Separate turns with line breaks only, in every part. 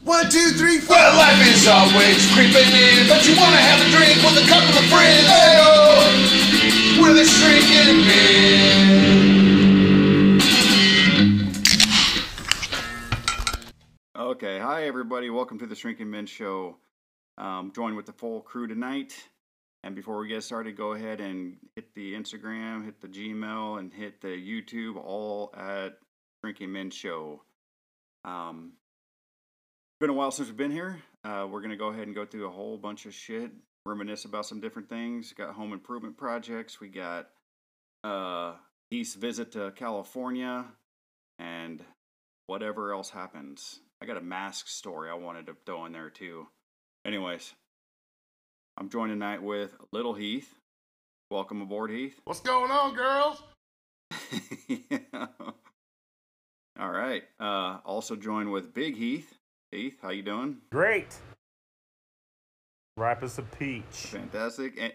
One, two, three, four.
Well, life is always creeping in, but you wanna have a drink with a couple of friends. Hey, with a shrinking beer.
Okay, hi everybody. Welcome to the Shrinking Men Show. Um, joined with the full crew tonight. And before we get started, go ahead and hit the Instagram, hit the Gmail, and hit the YouTube, all at Shrinking Men Show. Um, been a while since we've been here. Uh, we're gonna go ahead and go through a whole bunch of shit, reminisce about some different things. Got home improvement projects. We got uh, East visit to California, and whatever else happens. I got a mask story I wanted to throw in there too. Anyways, I'm joined tonight with Little Heath. Welcome aboard, Heath.
What's going on, girls?
All right. Uh, also joined with Big Heath. Heath, how you doing?
Great. Ripe as a peach.
Fantastic. And,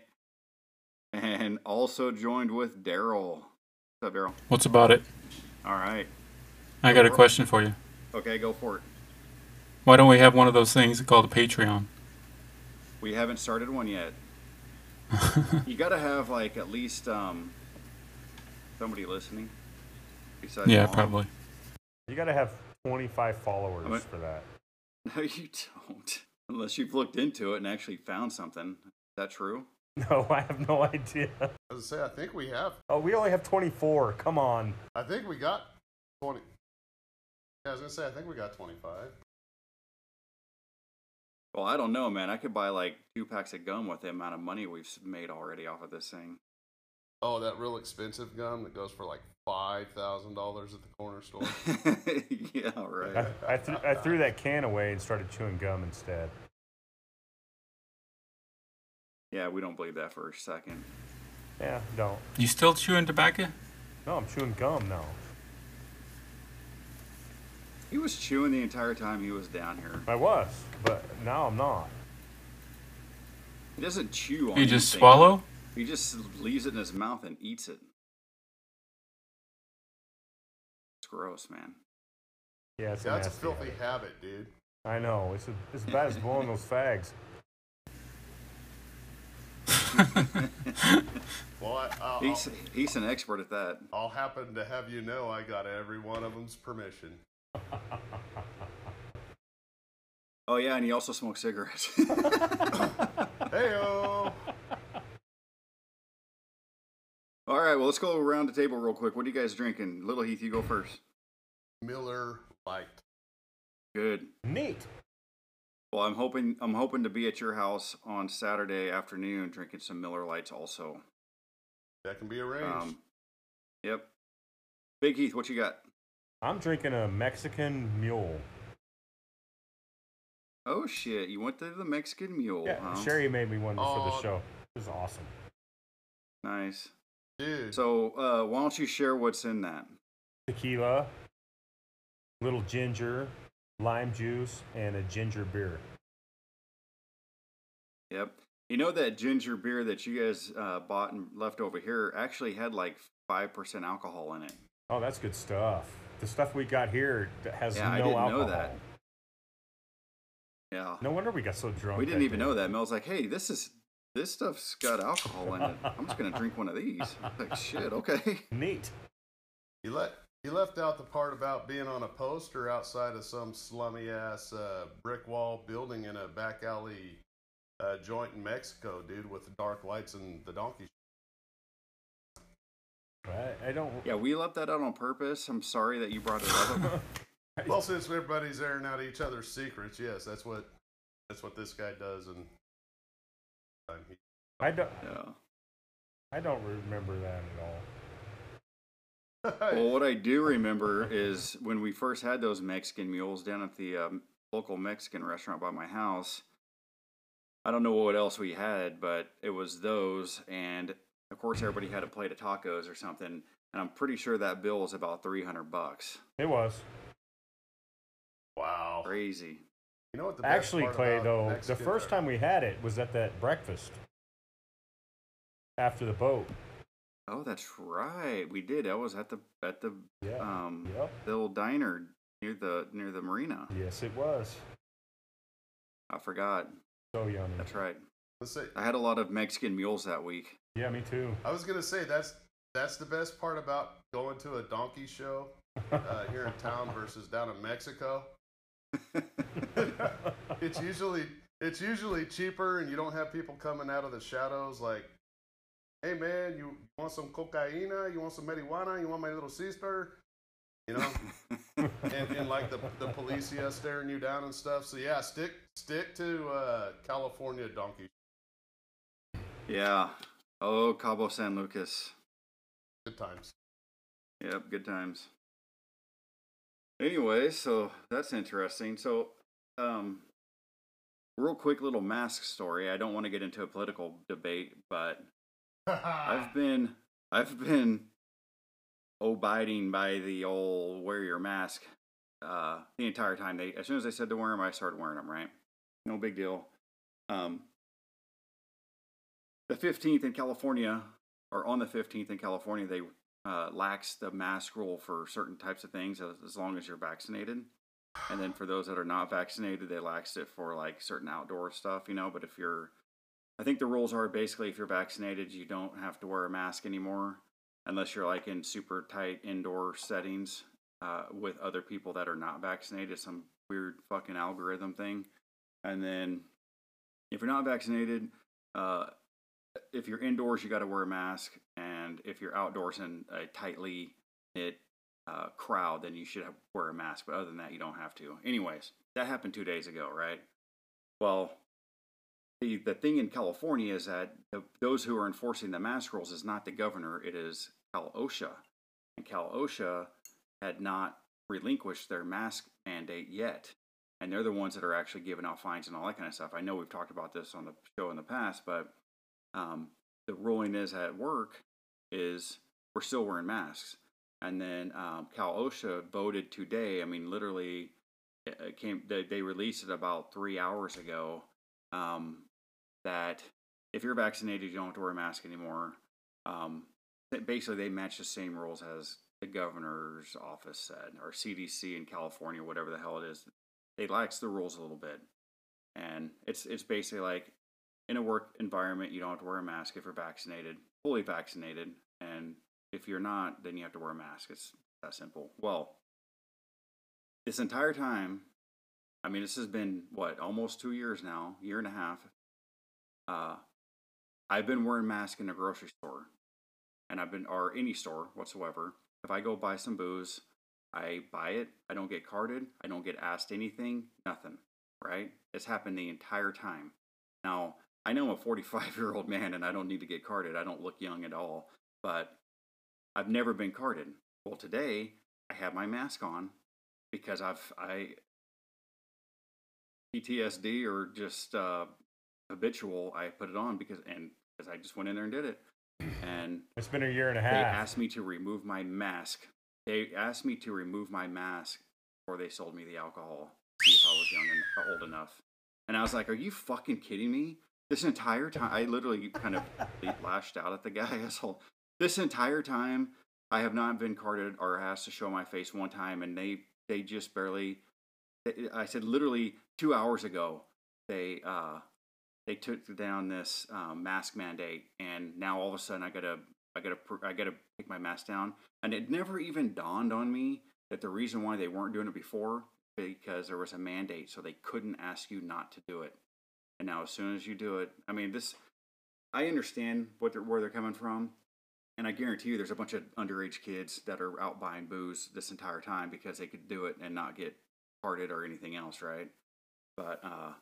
and also joined with Daryl. What's up, Daryl?
What's about it?
All right.
I got a question for you.
Okay, go for it.
Why don't we have one of those things called a Patreon?
We haven't started one yet. you gotta have like at least um somebody listening. Besides
yeah,
Mom.
probably.
You gotta have 25 followers
I'm a-
for that.
No, you don't. Unless you've looked into it and actually found something. Is that true?
No, I have no idea.
As I say, I think we have.
Oh, we only have 24. Come on.
I think we got twenty. Yeah, I was gonna say, I think we got twenty-five.
Well, I don't know, man. I could buy like two packs of gum with the amount of money we've s- made already off of this thing.
Oh, that real expensive gum that goes for like five thousand dollars at the corner store.
yeah,
I,
right.
I, th- I threw that can away and started chewing gum instead.
Yeah, we don't believe that for a second.
Yeah, don't.
You still chewing tobacco?
No, I'm chewing gum now.
He was chewing the entire time he was down here.
I was, but now I'm not.
He doesn't chew on
You just
anything.
swallow?
He just leaves it in his mouth and eats it. It's gross, man.
Yeah, it's a
That's a
nasty
filthy
habit.
habit, dude.
I know. It's, a, it's about as blowing those fags.
Well, I, I'll, I'll,
He's, he's an expert at that.
I'll happen to have you know I got every one of them's permission.
Oh yeah, and he also smokes cigarettes.
Heyo.
All right, well let's go around the table real quick. What are you guys drinking? Little Heath, you go first.
Miller Light.
Good.
Neat.
Well, I'm hoping I'm hoping to be at your house on Saturday afternoon drinking some Miller Lights also.
That can be arranged.
Um, yep. Big Heath, what you got?
I'm drinking a Mexican mule.
Oh shit, you went to the Mexican Mule,
Yeah,
huh?
Sherry made me one for
Oh.
the show. It was awesome.
Nice.
Dude,
So, uh, why don't you share what's in that?
tequila, little ginger, lime juice, and a ginger beer.
Yep. You know that ginger beer that you guys uh, bought and left over here actually had like five percent alcohol in it.
Oh, that's good stuff. The stuff we got here that has
Yeah, I
no
didn't
alcohol.
know that. Yeah.
No wonder we got so drunk.
we didn't even know that. Mel's like, "Hey, this is this stuff's got alcohol in it. I'm just gonna drink one of these." I was like, shit. Okay.
Neat.
you, let, you left out the part about being on a poster outside of some slummy ass uh, brick wall building in a back alley uh, joint in Mexico, dude, with the dark lights and the donkey.
I, I don't.
Yeah, we left that out on purpose. I'm sorry that you brought it up.
Well, since everybody's airing out each other's secrets, yes, that's what that's what this guy does. And um, he-
I don't.
yeah.
I don't remember that at all.
Well, what I do remember is when we first had those Mexican mules down at the um, local Mexican restaurant by my house. I don't know what else we had, but it was those, and of course everybody had a plate of tacos or something. And I'm pretty sure that bill was about 300 bucks.
It was
wow.
Crazy.
You know what the best
actually
part
Clay
about
though.
Mexican-
the first time we had it was at that breakfast after the boat.
Oh, that's right. We did. I was at the at the
Yeah.
um
Yep.
the little diner near the near the marina.
Yes, it was.
I forgot.
So yummy.
That's right.
Let's say,
I had a lot of Mexican mules that week.
Yeah, me too.
I was gonna say that's that's the best part about going to a donkey show uh, here in town versus down in Mexico. it's usually it's usually cheaper, and you don't have people coming out of the shadows like, "Hey man, you want some cocaína? You want some marijuana? You want my little sister?" You know, and, and like the the police yeah staring you down and stuff. So yeah, stick stick to uh, California donkey.
yeah. Oh, Cabo San Lucas.
Good times.
Yep, good times. Anyway, so that's interesting. So, um, real quick little mask story. I don't want to get into a political debate, but I've been I've been abiding by the old wear your mask uh, the entire time. They as soon as they said to wear them, I started wearing them. Right, no big deal. Um, the fifteenth in California, or on the fifteenth in California, they uh, lax the mask rule for certain types of things as, as long as you're vaccinated. And then for those that are not vaccinated, they laxed it for like certain outdoor stuff, you know. But if you're, I think the rules are basically if you're vaccinated, you don't have to wear a mask anymore unless you're like in super tight indoor settings uh, with other people that are not vaccinated, some weird fucking algorithm thing. And then if you're not vaccinated, uh, if you're indoors, you got to wear a mask, and if you're outdoors in a tightly knit uh, crowd, then you should have, wear a mask. But other than that, you don't have to. Anyways, that happened two days ago, right? Well, the the thing in California is that the, those who are enforcing the mask rules is not the governor; it is Cal OSHA, and Cal OSHA had not relinquished their mask mandate yet, and they're the ones that are actually giving out fines and all that kind of stuff. I know we've talked about this on the show in the past, but um, the ruling is at work is we're still wearing masks. And then um, Cal OSHA voted today. I mean, literally, it it came. They, they released it about three hours ago. Um, that if you're vaccinated, you don't have to wear a mask anymore. Um, that basically, they match the same rules as the governor's office said, or CDC in California, whatever the hell it is. They lax the rules a little bit, and it's it's basically like in a work environment, you don't have to wear a mask if you're vaccinated, fully vaccinated, and if you're not, then you have to wear a mask. It's that simple. Well, this entire time, I mean, this has been what almost two years now, year and a half. Uh, I've been wearing masks in a grocery store, and I've been or any store whatsoever. If I go buy some booze, I buy it. I don't get carded. I don't get asked anything. Nothing. Right? It's happened the entire time. Now, I know I'm a 45 year old man and I don't need to get carded. I don't look young at all, but I've never been carded. Well, today I have my mask on because I've I PTSD or just uh, habitual. I put it on because and because I just went in there and did it, and
It's been a year and a
they
half.
asked me to remove my mask. They asked me to remove my mask before they sold me the alcohol. See if I was young and or old enough. And I was like, "Are you fucking kidding me?" This entire time, I literally kind of lashed out at the guy asshole. This entire time, I have not been carded or asked to show my face one time, and they they just barely. they- I said literally two hours ago they uh they took down this um, mask mandate, and now all of a sudden I gotta I gotta pr- I gotta take my mask down, and it never even dawned on me that the reason why they weren't doing it before because there was a mandate, so they couldn't ask you not to do it, and now as soon as you do it, I mean this, I understand what they're, where they're coming from. And I guarantee you, there's a bunch of underage kids that are out buying booze this entire time because they could do it and not get carded or anything else, right? But uh,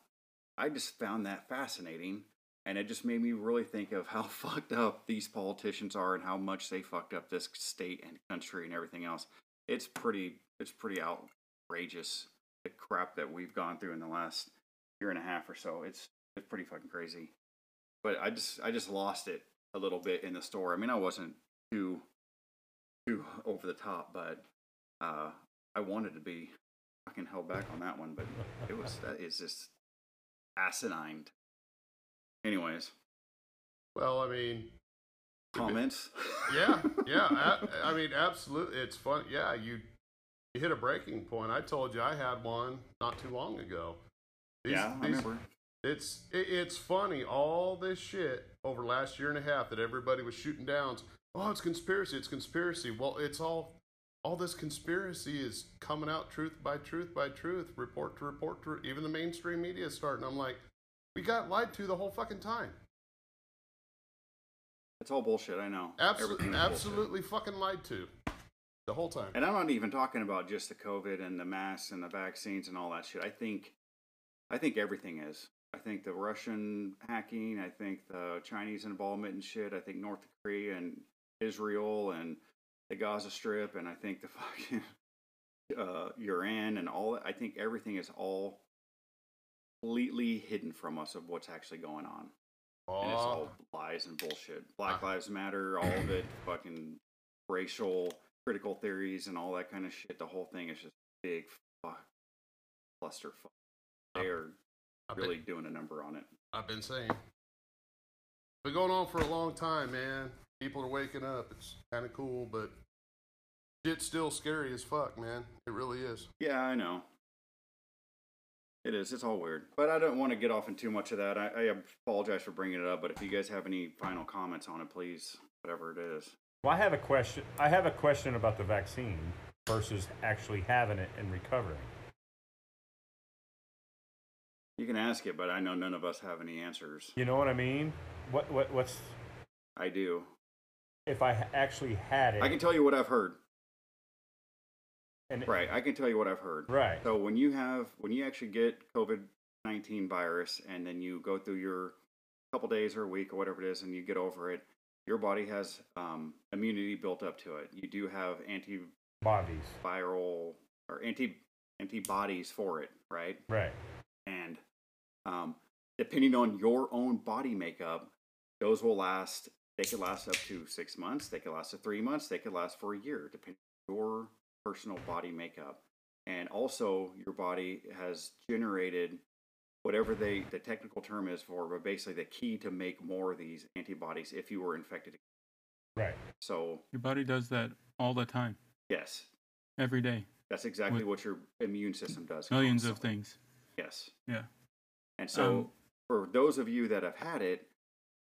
I just found that fascinating. And it just made me really think of how fucked up these politicians are and how much they fucked up this state and country and everything else. It's pretty it's pretty outrageous the crap that we've gone through in the last year and a half or so. It's it's pretty fucking crazy. But I just I just lost it a little bit in the store. I mean I wasn't too too over the top, but uh I wanted to be fucking held back on that one, but it was that is just asinine. Anyways,
Well, I mean,
comments.
yeah, yeah. I, I mean, absolutely. It's fun. Yeah, you you hit a breaking point. I told you I had one not too long ago, These-
yeah, I
these-
remember.
It's it, it's funny all this shit over last year and a half that everybody was shooting down. Oh, it's conspiracy. It's conspiracy. Well, it's all all this conspiracy is coming out truth by truth by truth, report to report to. Even the mainstream media is starting. I'm like, we got lied to the whole fucking time.
It's all bullshit. I know. Everything
Absolutely,
is bullshit.
absolutely fucking lied to the whole time.
And I'm not even talking about just the COVID and the masks and the vaccines and all that shit. I think, I think everything is. I think the Russian hacking. I think the Chinese involvement and shit. I think North Korea and Israel and the Gaza Strip. And I think the fucking uh, Iran and all. that. I think everything is all completely hidden from us of what's actually going on. And it's
Oh,
all lies and bullshit. Black Lives Matter, all of it, fucking racial critical theories and all that kind of shit. The whole thing is just big fuck clusterfuck. They are
I've,
really
been,
doing a number on it.
I've been saying, been going on for a long time, man. People are waking up. It's kind of cool, but shit's still scary as fuck, man. It really is.
Yeah, I know. It is. It's all weird. But I don't want to get off in too much of that. I, I apologize for bringing it up. But if you guys have any final comments on it, please, whatever it is.
Well, I have a question. I have a question about the vaccine versus actually having it and recovering.
You can ask it, but I know none of us have any answers.
You know what I mean? What what what's
I do.
if I ha- actually had it?
I can tell you what I've heard.
and it-
Right, I can tell you what I've heard.
Right.
So when you have when you actually get COVID nineteen virus and then you go through your couple days or a week or whatever it is and you get over it, your body has um, immunity built up to it. You do have antiviral
Bodies.
or anti antibodies for it, right?
Right.
And um, depending on your own body makeup, those will last. They could last up to six months. They could last to three months. They could last for a year, depending on your personal body makeup. And also, your body has generated whatever they the technical term is for, but basically the key to make more of these antibodies if you were infected.
Right.
So
Your body does that all the time,
yes,
every day.
that's exactly
With
what your immune system does.
Millions of
constantly.
things.
Yes.
Yeah.
And so
Um,
for those of you that have had it,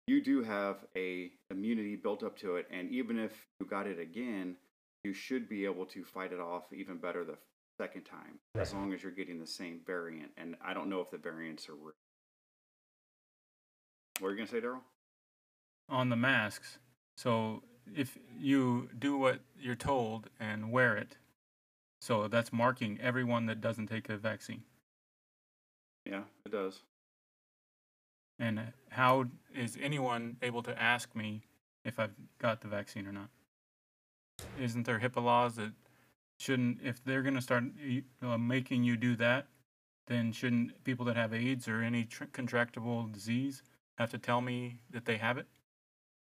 you do have a immunity built up to it, and even if you got it again, you should be able to fight it off even better the second time, as
Right.
long as you're getting the same variant. And I don't know if the variants are real. What are you gonna say, Daryl?
Um, on the masks. So if you do what you're told and wear it, so that's marking everyone that doesn't take the vaccine.
Yeah, it does.
And how is anyone able to ask me if I've got the vaccine or not? Isn't there HIPAA laws that shouldn't, if they're going to start uh, making you do that, then shouldn't people that have AIDS or any tr- contractible disease have to tell me that they have it?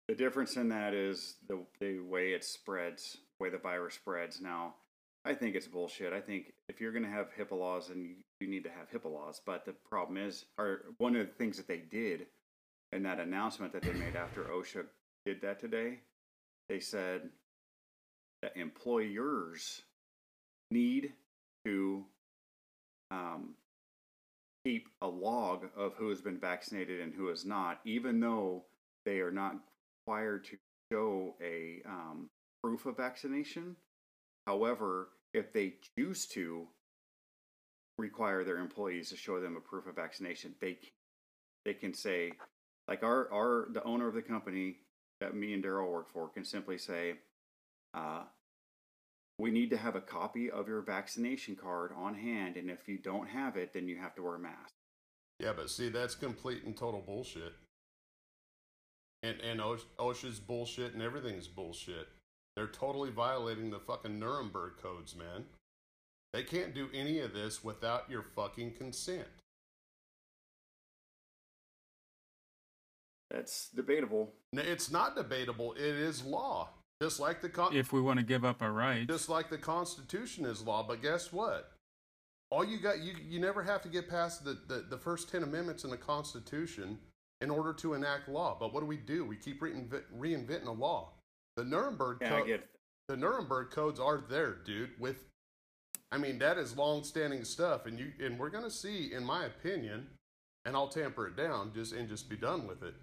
The difference in that is the the way it spreads, the way the virus spreads. Now, I think it's bullshit. I think if you're going to have HIPAA laws, then you, you need to have HIPAA laws. But the problem is, or one of the things that they did in that announcement that they made after OSHA did that today, they said that employers need to um, keep a log of who has been vaccinated and who has not, even though they are not required to show a um, proof of vaccination. However, if they choose to require their employees to show them a proof of vaccination, they c- they can say, like our our the owner of the company that me and Daryl work for can simply say, uh, we need to have a copy of your vaccination card on hand, and if you don't have it, then you have to wear a mask.
Yeah, but see, that's complete and total bullshit. And and Osh- OSHA's bullshit and everything's bullshit. They're totally violating the fucking Nuremberg codes, man. They can't do any of this without your fucking consent.
That's debatable.
N- It's not debatable. It is law, just like the con-
If we want to give up our rights,
just like the Constitution is law. But guess what? All you got you you never have to get past the, the, the first ten amendments in the Constitution in order to enact law. But what do we do? We keep reinvent, reinventing a law. The Nuremberg
Yeah, I
Code-
get
the Nuremberg codes are there, dude, without I mean, that is long-standing stuff, and you and we're gonna see, in my opinion, and I'll tamper it down just and just be done with it.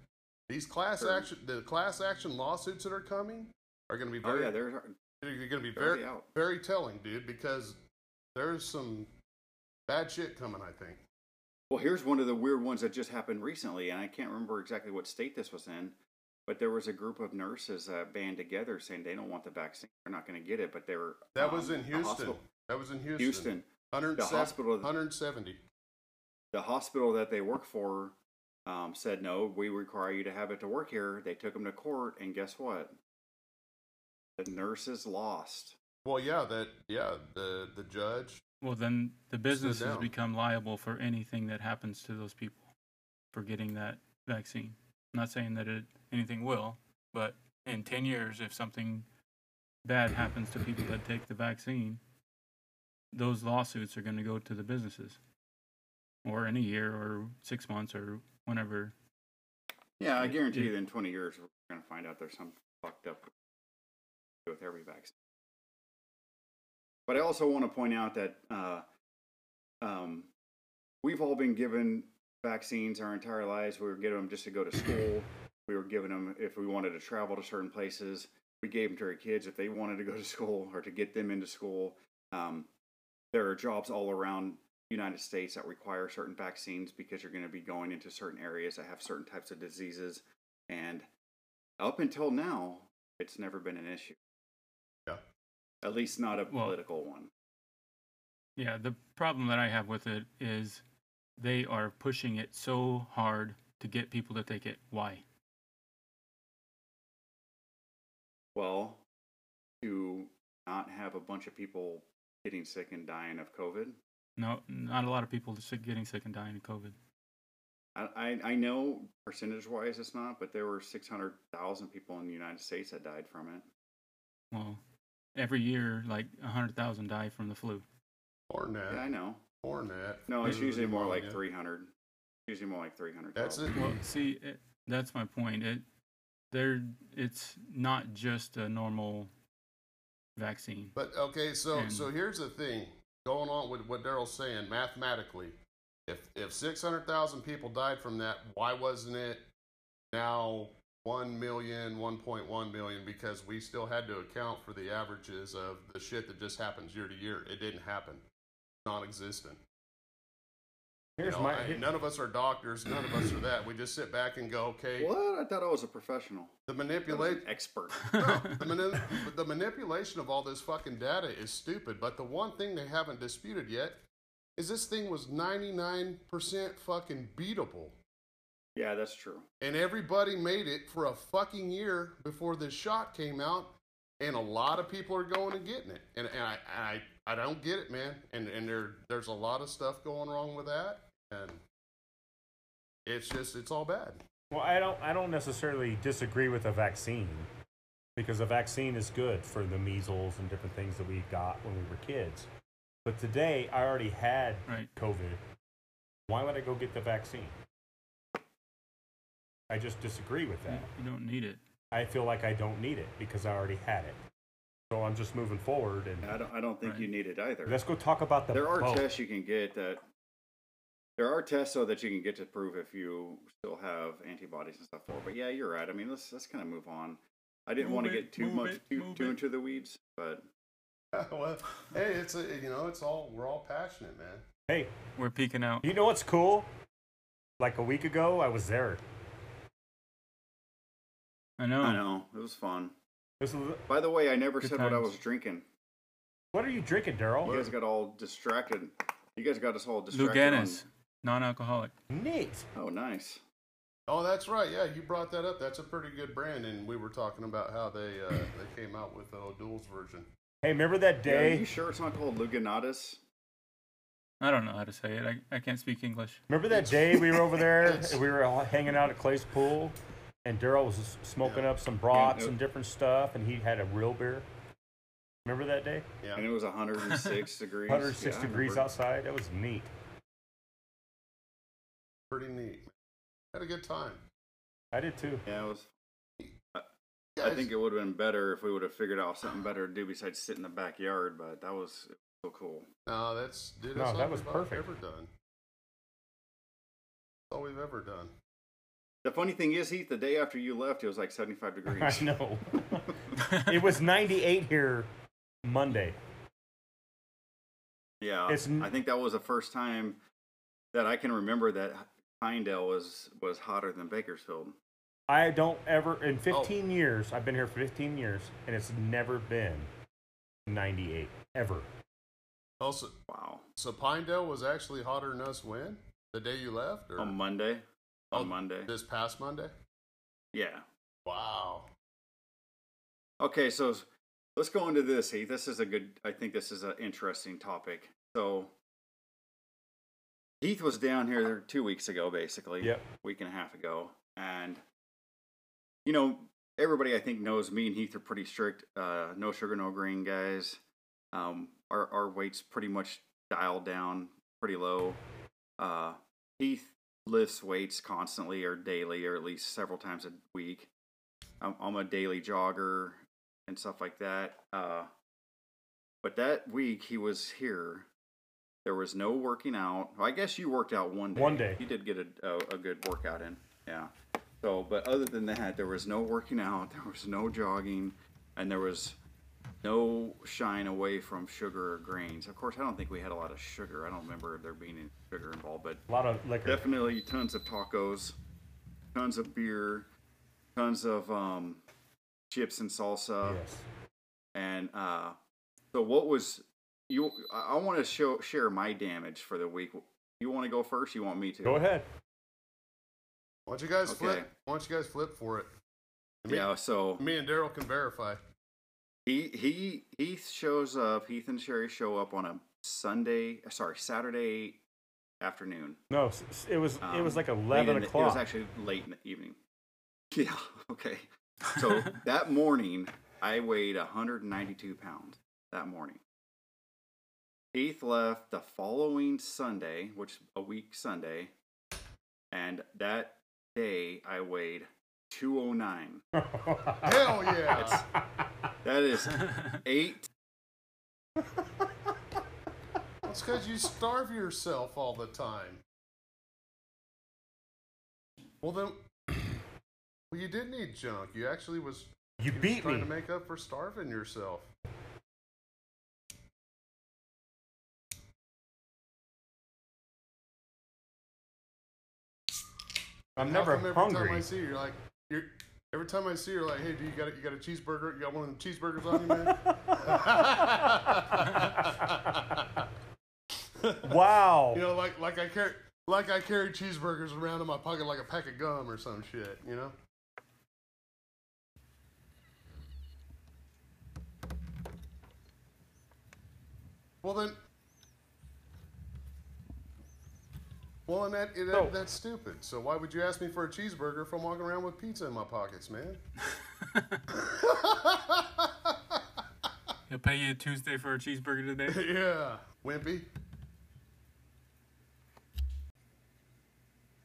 These class
Sure.
action, the class action lawsuits that are coming are gonna be
Oh
very
yeah, they're
you're going to be
They're already
very,
out.
very telling, dude, because there's some bad shit coming, I think.
Well, here's one of the weird ones that just happened recently, and I can't remember exactly what state this was in, but there was a group of nurses uh, band together saying they don't want the vaccine, they're not going to get it, but they were
That
um,
was in
the
Houston.
hospital-
That was in Houston.
Houston,
107
The hospital-
170.
the hospital that they work for, um, said no, we require you to have it to work here. They took them to court, and guess what? The nurses lost.
Well, yeah, that yeah, the the judge.
Well, then the businesses
down.
become liable for anything that happens to those people for getting that vaccine. I'm not saying that it anything will, but in 10 years, if something bad happens to people that take the vaccine, those lawsuits are going to go to the businesses, or in a year, or six months, or whenever.
Yeah, I guarantee
Yeah.
you, in 20 years, we're going to find out there's some fucked up with every vaccine. But I also want to point out that uh, um, we've all been given vaccines our entire lives. We were given them just to go to school. We were given them if we wanted to travel to certain places. We gave them to our kids if they wanted to go to school or to get them into school. Um, there are jobs all around the United States that require certain vaccines because you're going to be going into certain areas that have certain types of diseases. And up until now, it's never been an issue.
Yeah.
At least not a
Well-
political one.
Yeah, the problem that I have with it is they are pushing it so hard to get people to take it. Why?
Well, to not have a bunch of people getting sick and dying of COVID.
No, not a lot of people just getting sick and dying of COVID.
I, I, I know percentage wise it's not, but there were 600,000 people in the United States that died from it.
Well, every year, like 100,000 die from the flu.
Hornet.
Yeah, I know.
Hornet.
No, it's
Flu,
usually more like
pneumonia.
300. Usually more like 300.
That's it.
Well,
Mm-hmm.
see, it, that's my point. It, there, it's not just a normal vaccine.
But okay, so
And-
so here's the thing. Going on with what Daryl's saying, mathematically, if if six hundred thousand people died from that, why wasn't it now 1 million, 1.1 million? Because we still had to account for the averages of the shit that just happens year to year. It didn't happen, non-existent. You
Here's
know,
my
I- none of us are doctors. None of us are that. We just sit back and go, okay.
What? I thought I was a professional.
The
I was
manipulate,
an expert.
no, the, mani- the manipulation of all this fucking data is stupid. But the one thing they haven't disputed yet is this thing was 99% fucking beatable.
Yeah, that's true.
And everybody made it for a fucking year before this shot came out. And a lot of people are going and getting it. And, and I, I, I don't get it, man. And, and there, there's a lot of stuff going wrong with that. And it's just, it's all bad.
Well, I don't. I don't necessarily disagree with a vaccine because a vaccine is good for the measles and different things that we got when we were kids. But today, I already had
Right.
COVID. Why would I go get the vaccine? I just disagree with
You,
that.
you don't need it.
I feel like I don't need it because I already had it. So I'm just moving forward and
And I don't, I don't think
Right.
you need it either.
let's go talk about the
there are
boat.
tests you can get that there are tests though that you can get to prove if you still have antibodies and stuff for it. but yeah you're right i mean let's let's kind of move on i didn't
Move
want to
it,
get too
move
much
it,
too,
move
too
it.
into the weeds but
well, hey, it's a, you know, it's all, we're all passionate, man.
Hey,
We're peeking out.
you know what's cool? Like a week ago, I was there.
I know.
i know it was fun
This is,
by the way i never
Good
said what i
times.
was drinking
what are you drinking, Daryl?
you guys got all distracted you guys got us all distracted on-
Luganis, non-alcoholic.
Neat.
oh nice
Oh, that's right. Yeah, you brought that up. That's a pretty good brand, and we were talking about how they uh,
Hmm.
they came out with the O'Doul's version.
Hey, remember that
Yeah,
day?
are you sure it's not called luganatus
I don't know how to say it. I, I can't speak English.
Remember that day we were over there and we were all hanging out at Clay's pool and Daryl was s- smoking up some brats
Yeah.
and different stuff and he had a real beer? Remember that day?
Yeah,
and it was 106 degrees
106
Yeah, I
degrees
remember.
outside. That was neat.
pretty neat. Had a good time.
I did too.
yeah it was
Yeah,
I think it would have been better if we would have figured out something better to do besides sit in the backyard, but that was so cool.
No, that's dude.
No,
That's all
that was
we've
perfect.
Ever done? That's all we've ever done.
The funny thing is, Heath, the day after you left, it was like 75
I
degrees.
know. it was 98 here Monday.
yeah,
It's n-
I think that was the first time that I can remember that Pinedale was was hotter than Bakersfield.
I don't ever
Oh.
in 15 years. I've been here for 15 years, and it's never been 98 ever.
Also,
Wow.
Oh, so Pinedale was actually hotter than us when the day you left, or
On Monday.
Oh,
On Monday.
this past Monday.
Yeah.
Wow.
Okay, so let's go into this, Heath. This is a good, I think this is an interesting topic. So, Heath was down here two weeks ago, basically,
Yep.
week and a half ago. And, you know, everybody I think knows me and Heath are pretty strict, uh, no sugar, no green guys. Um, our, our weight's pretty much dialed down, pretty low. Uh, Heath lifts weights constantly or daily or at least several times a week. I'm, I'm a daily jogger and stuff like that. Uh, but that week he was here. There was no working out. I guess you worked out one day.
One day.
You did get a, a, a good workout in. Yeah. So, but other than that, there was no working out. There was no jogging. And there was no shine away from sugar or grains. Of course, I don't think we had a lot of sugar. I don't remember there being any sugar involved, but
A lot of liquor.
definitely tons of tacos, tons of beer, tons of um, chips and salsa,
yes.
and uh, so what was you? I want to show share my damage for the week. You want to go first? You want me to?
Go ahead.
Why don't you guys
Okay.
flip? Why don't you guys flip for it? Me-
Yeah. So
Me and Daryl can verify.
he he Heath shows up. Heath and Sherry show up on a Sunday. Sorry, Saturday afternoon.
No, s- s- it was it
Um,
was like
late
11
in the-
o'clock.
It was actually late in the evening. Yeah. Okay. So that morning, I weighed 192 pounds. That morning, Heath left the following Sunday, which a week Sunday, and that day I weighed 209.
Hell yeah!
That is eight.
That's because you starve yourself all the time. Well then, well you did need junk. You actually was
you
you was
beat
trying
me.
to make up for starving yourself.
I'm
How
never
come every Time I
hungry.
see you, you're like you're. Every time I see you, you're like, "Hey, do you got a, you got a cheeseburger? You got one of them cheeseburgers on you, man?"
Wow.
you know, like like I carry like I carry cheeseburgers around in my pocket like a pack of gum or some shit. You know. Well then. Well, and that, it,
So-
that's stupid. So why would you ask me for a cheeseburger if I'm walking around with pizza in my pockets, man?
He'll pay you Tuesday for a cheeseburger today.
yeah, wimpy.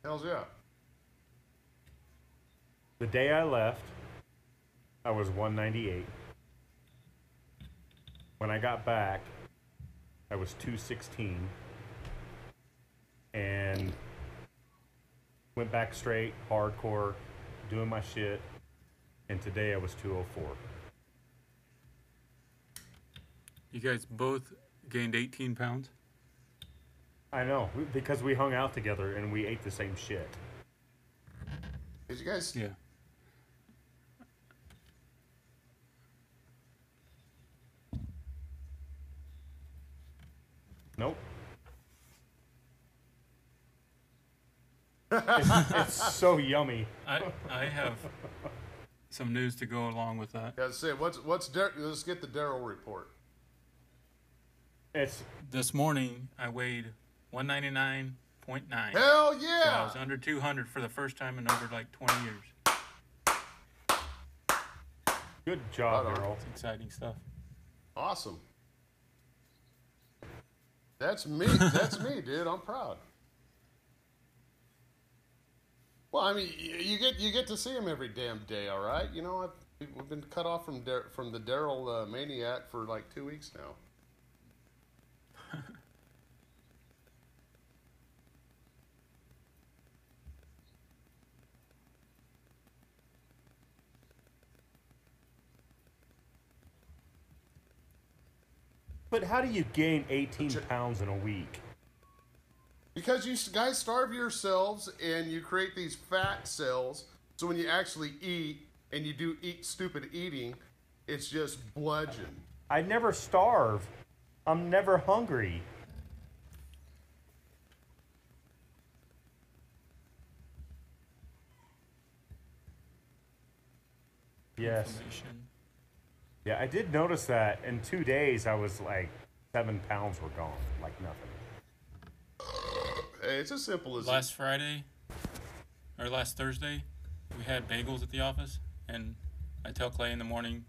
Hell's yeah.
the day I left, I was 198. When I got back, I was 216. And went back straight, hardcore, doing my shit. And today I was 204.
You guys both gained 18 pounds.
I know, we- because we hung out together and we ate the same shit.
Did you guys
Yeah.
Nope. it's, it's so yummy.
I I have some news to go along with that.
Yeah, say what's what's Dar- let's get the Daryl report.
It's
This morning I weighed 199.9.
Hell
So I
yeah!
was under 200 for the first time in over like 20 years.
good job,
Right on.
Earl.
It's exciting stuff.
Awesome. That's me. That's me, dude. I'm proud. Well, I mean, y- you get you get to see him every damn day, all right? You know, I've, we've been cut off from Dar- from the Daryl uh, maniac for like two weeks now.
But how do you gain 18
Ju-
pounds in a week?
Because you s- guys starve yourselves and you create these fat cells. So when you actually eat and you do eat stupid eating, it's just bludgeon.
I never starve. I'm never hungry. Yes.
Inflammation.
Yeah, I did notice that in two days I was like seven pounds were gone, like nothing.
Hey, it's as simple as
Last Friday, or last Thursday, we had bagels at the office, and I tell Clay in the morning,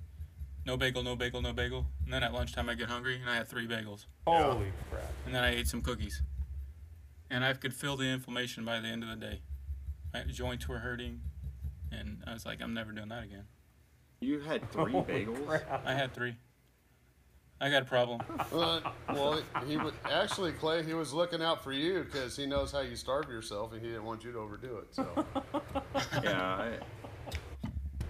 no bagel, no bagel, no bagel. And then at lunchtime, I get hungry, and I had three bagels.
Holy crap.
and then I ate some cookies. And I could feel the inflammation by the end of the day. My joints were hurting, and I was like, I'm never doing that again.
You had three
Holy
bagels.
crap.
I had three. I got a problem.
Uh, well, he was actually Clay. He was looking out for you because he knows how you starve yourself, and he didn't want you to overdo it. So
Yeah. I,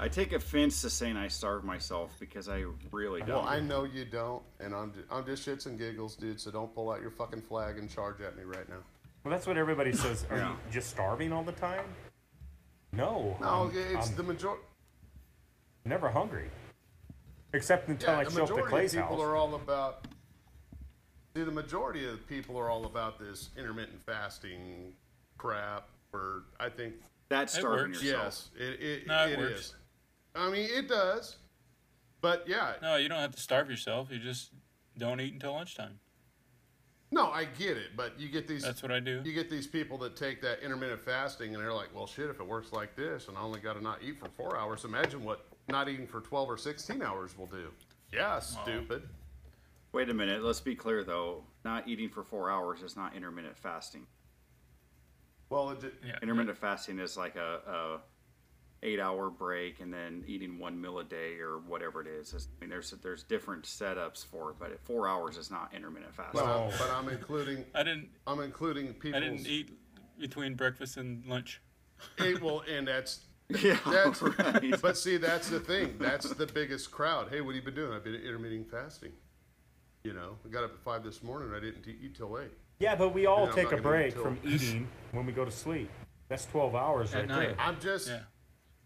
I take offense to saying I starve myself because I really don't.
Well, I know you don't, and I'm ju- I'm just shits and giggles, dude. So don't pull out your fucking flag and charge at me right now.
Well, that's what everybody says. Are
Yeah.
you just starving all the time? No.
No,
I'm-
it's
I'm
the majority.
never hungry. Except until
Yeah,
I
the
show up to
majority
Clay's
of people
house.
are all about. See, the majority of people are all about this intermittent fasting crap. Or I think
That's
It
starving
works.
yourself.
yes, it it,
No, it
it
works.
is. I mean, it does. But yeah,
No, you don't have to starve yourself. You just don't eat until lunchtime.
no, I get it. But you get these
That's what I do.
you get these people that take that intermittent fasting and they're like, well, shit, if it works like this and I only got to not eat for four hours, imagine what not eating for 12 or 16 hours will do. Yeah, stupid.
Wait a minute. Let's be clear though. Not eating for four hours is not intermittent fasting.
Well, it, ju-
Yeah.
Intermittent fasting is like a, a eight hour break and then eating one meal a day or whatever it is. It's- I mean, there's there's different setups for it, but at four hours is not intermittent fasting.
but,
Wow.
I'm, but I'm including,
I didn't.
I'm including people.
I didn't eat between breakfast and lunch.
It will, and that's,
yeah,
that's,
right.
but see, that's the thing. That's the biggest crowd. Hey, what have you been doing? I've been intermittent fasting. You know, I got up at five this morning. and I didn't eat till eight.
Yeah, but we all
Yeah, I'm
take
not
a
gonna
break
eat
from eating when we go to sleep. That's 12 hours
At
right
night.
there.
I'm just,
Yeah.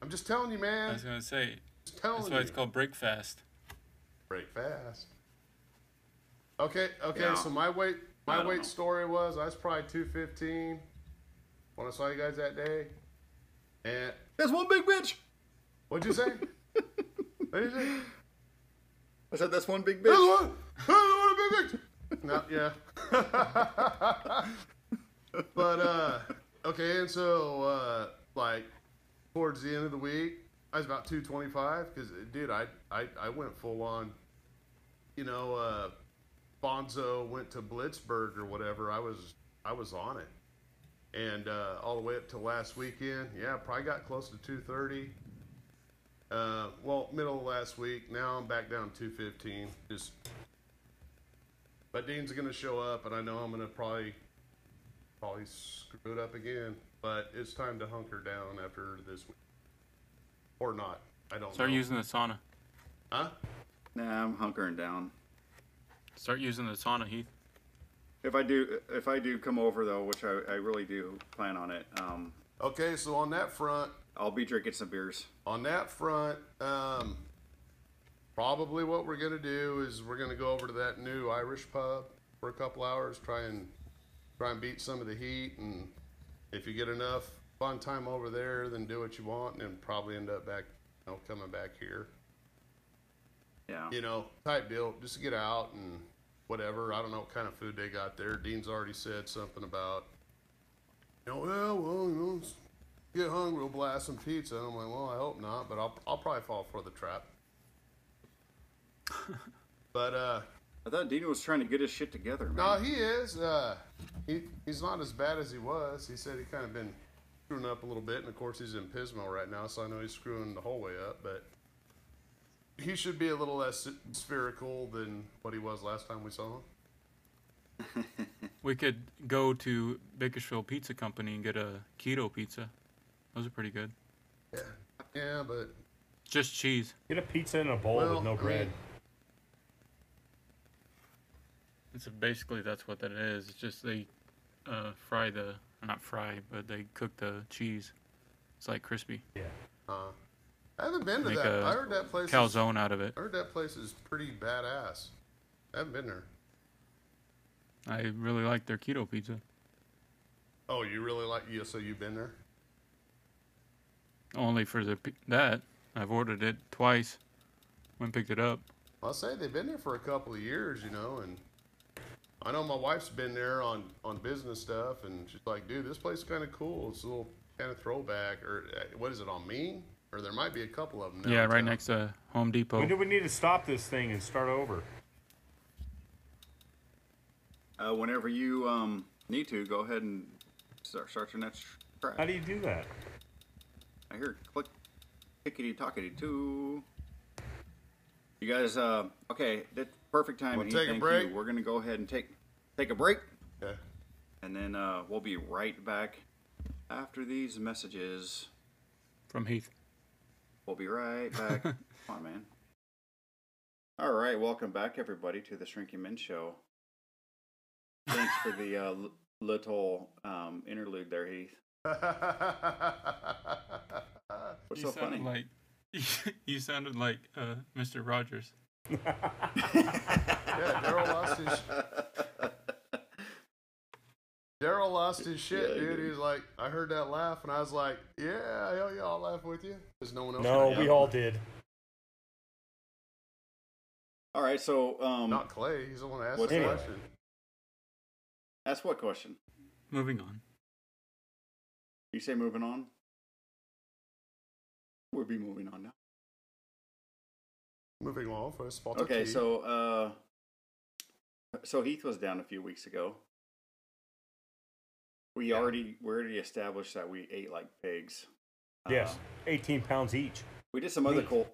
I'm just telling you,
I
man.
was gonna say
Just telling
that's
you.
why it's called break fast.
Break fast. Okay, okay.
Yeah.
So my weight,
I
my
don't
weight
know.
story was I was probably two fifteen when I saw you guys that day. And
That's one big bitch.
what'd you say? what'd you say?
I said that's one big
Another one. Another one, big bitch. No, yeah. but uh, okay, and so uh, like towards the end of the week, I was about two twenty five because dude, I, I I went full on. You know, uh, Bonzo went to Blitzburg or whatever. I was I was on it, and uh, all the way up to last weekend. Yeah, probably got close to two thirty. Uh, well, middle of last week. Now I'm back down to 215. Just, but Dean's gonna show up, and I know I'm gonna probably, probably screw it up again. But it's time to hunker down after this week, or not. I don't
Start
know.
using the sauna.
huh?
Nah, I'm hunkering down.
Start using the sauna, Heath.
If I do, if I do come over though, which I, I really do plan on it, um,
Okay, so on that front,
I'll be drinking some beers.
on that front, um, probably what we're gonna do is we're gonna go over to that new Irish pub for a couple hours, try and try and beat some of the heat, and if you get enough fun time over there, then do what you want, and then probably end up back, you know, coming back here,
Yeah.
you know, type deal. Just get out and whatever. I don't know what kind of food they got there. Dean's already said something about, you know, well, well, you know, s- get hungry, we'll blast some pizza. And I'm like, well, I hope not, but I'll I'll probably fall for the trap. but uh,
I thought Dino was trying to get his shit together, man.
no, he is. Uh, he he's not as bad as he was. He said he kind of been screwing up a little bit, and of course he's in Pismo right now, so I know he's screwing the whole way up. But he should be a little less spherical than what he was last time we saw him.
We could go to Bakersfield Pizza Company and get a keto pizza. Those are pretty good.
Yeah, but
Just cheese.
Get a pizza in a bowl
well,
with no
I
bread.
mean,
So basically, that's what that is. It's just they uh, fry the, not fry, but they cook the cheese. It's like crispy.
Uh, I haven't been to
Make
that.
a
I heard that place. Is, I
Calzone out of it.
heard that place is pretty badass. I haven't been there.
I really like their keto pizza.
Oh, you really like? Yeah, so you've been there?
Only for the pi- that I've ordered it twice. When picked it up,
I'll say they've been there for a couple of years, you know, and I know my wife's been there on on business stuff, and she's like, "Dude, this place is kind of cool. It's a little kind of throwback, or uh, what is it on Mean? Or there might be a couple of them."
yeah, right
downtown.
next to Home Depot.
When do we need to stop this thing and start over?
Uh, whenever you um, need to, go ahead and start, start your next track.
How do you do that?
I hear click tickety tockety too. You guys, uh, okay, that's perfect time.
Wanna take a break?
We're gonna go ahead and take take a break,
Okay.
and then uh, we'll be right back after these messages.
From Heath.
We'll be right back. Come on, man. All right, welcome back, everybody, to the Shrinking Men Show. Thanks for the uh, l- little um, interlude there, Heath. What's
you
so funny?
sounded like you sounded like uh, Mr. Rogers.
yeah, Daryl lost his Daryl lost his shit,
Yeah, he
dude.
did.
He was like, "I heard that laugh," and I was like, "Yeah, hell yeah, I'll laugh with you." There's no one else.
No,
around.
we all did.
All right, so um,
Not Clay. He's the one that asked
What's
the
that?
question.
ask what question?
Moving on.
You say moving on? We'll be moving on now.
Moving on for a spot. of
Okay,
tea.
so uh, so Heath was down a few weeks ago. We already we already established that we ate like pigs.
Yes,
Uh-huh.
Uh,
18 pounds each.
we did some other
Meat.
cool.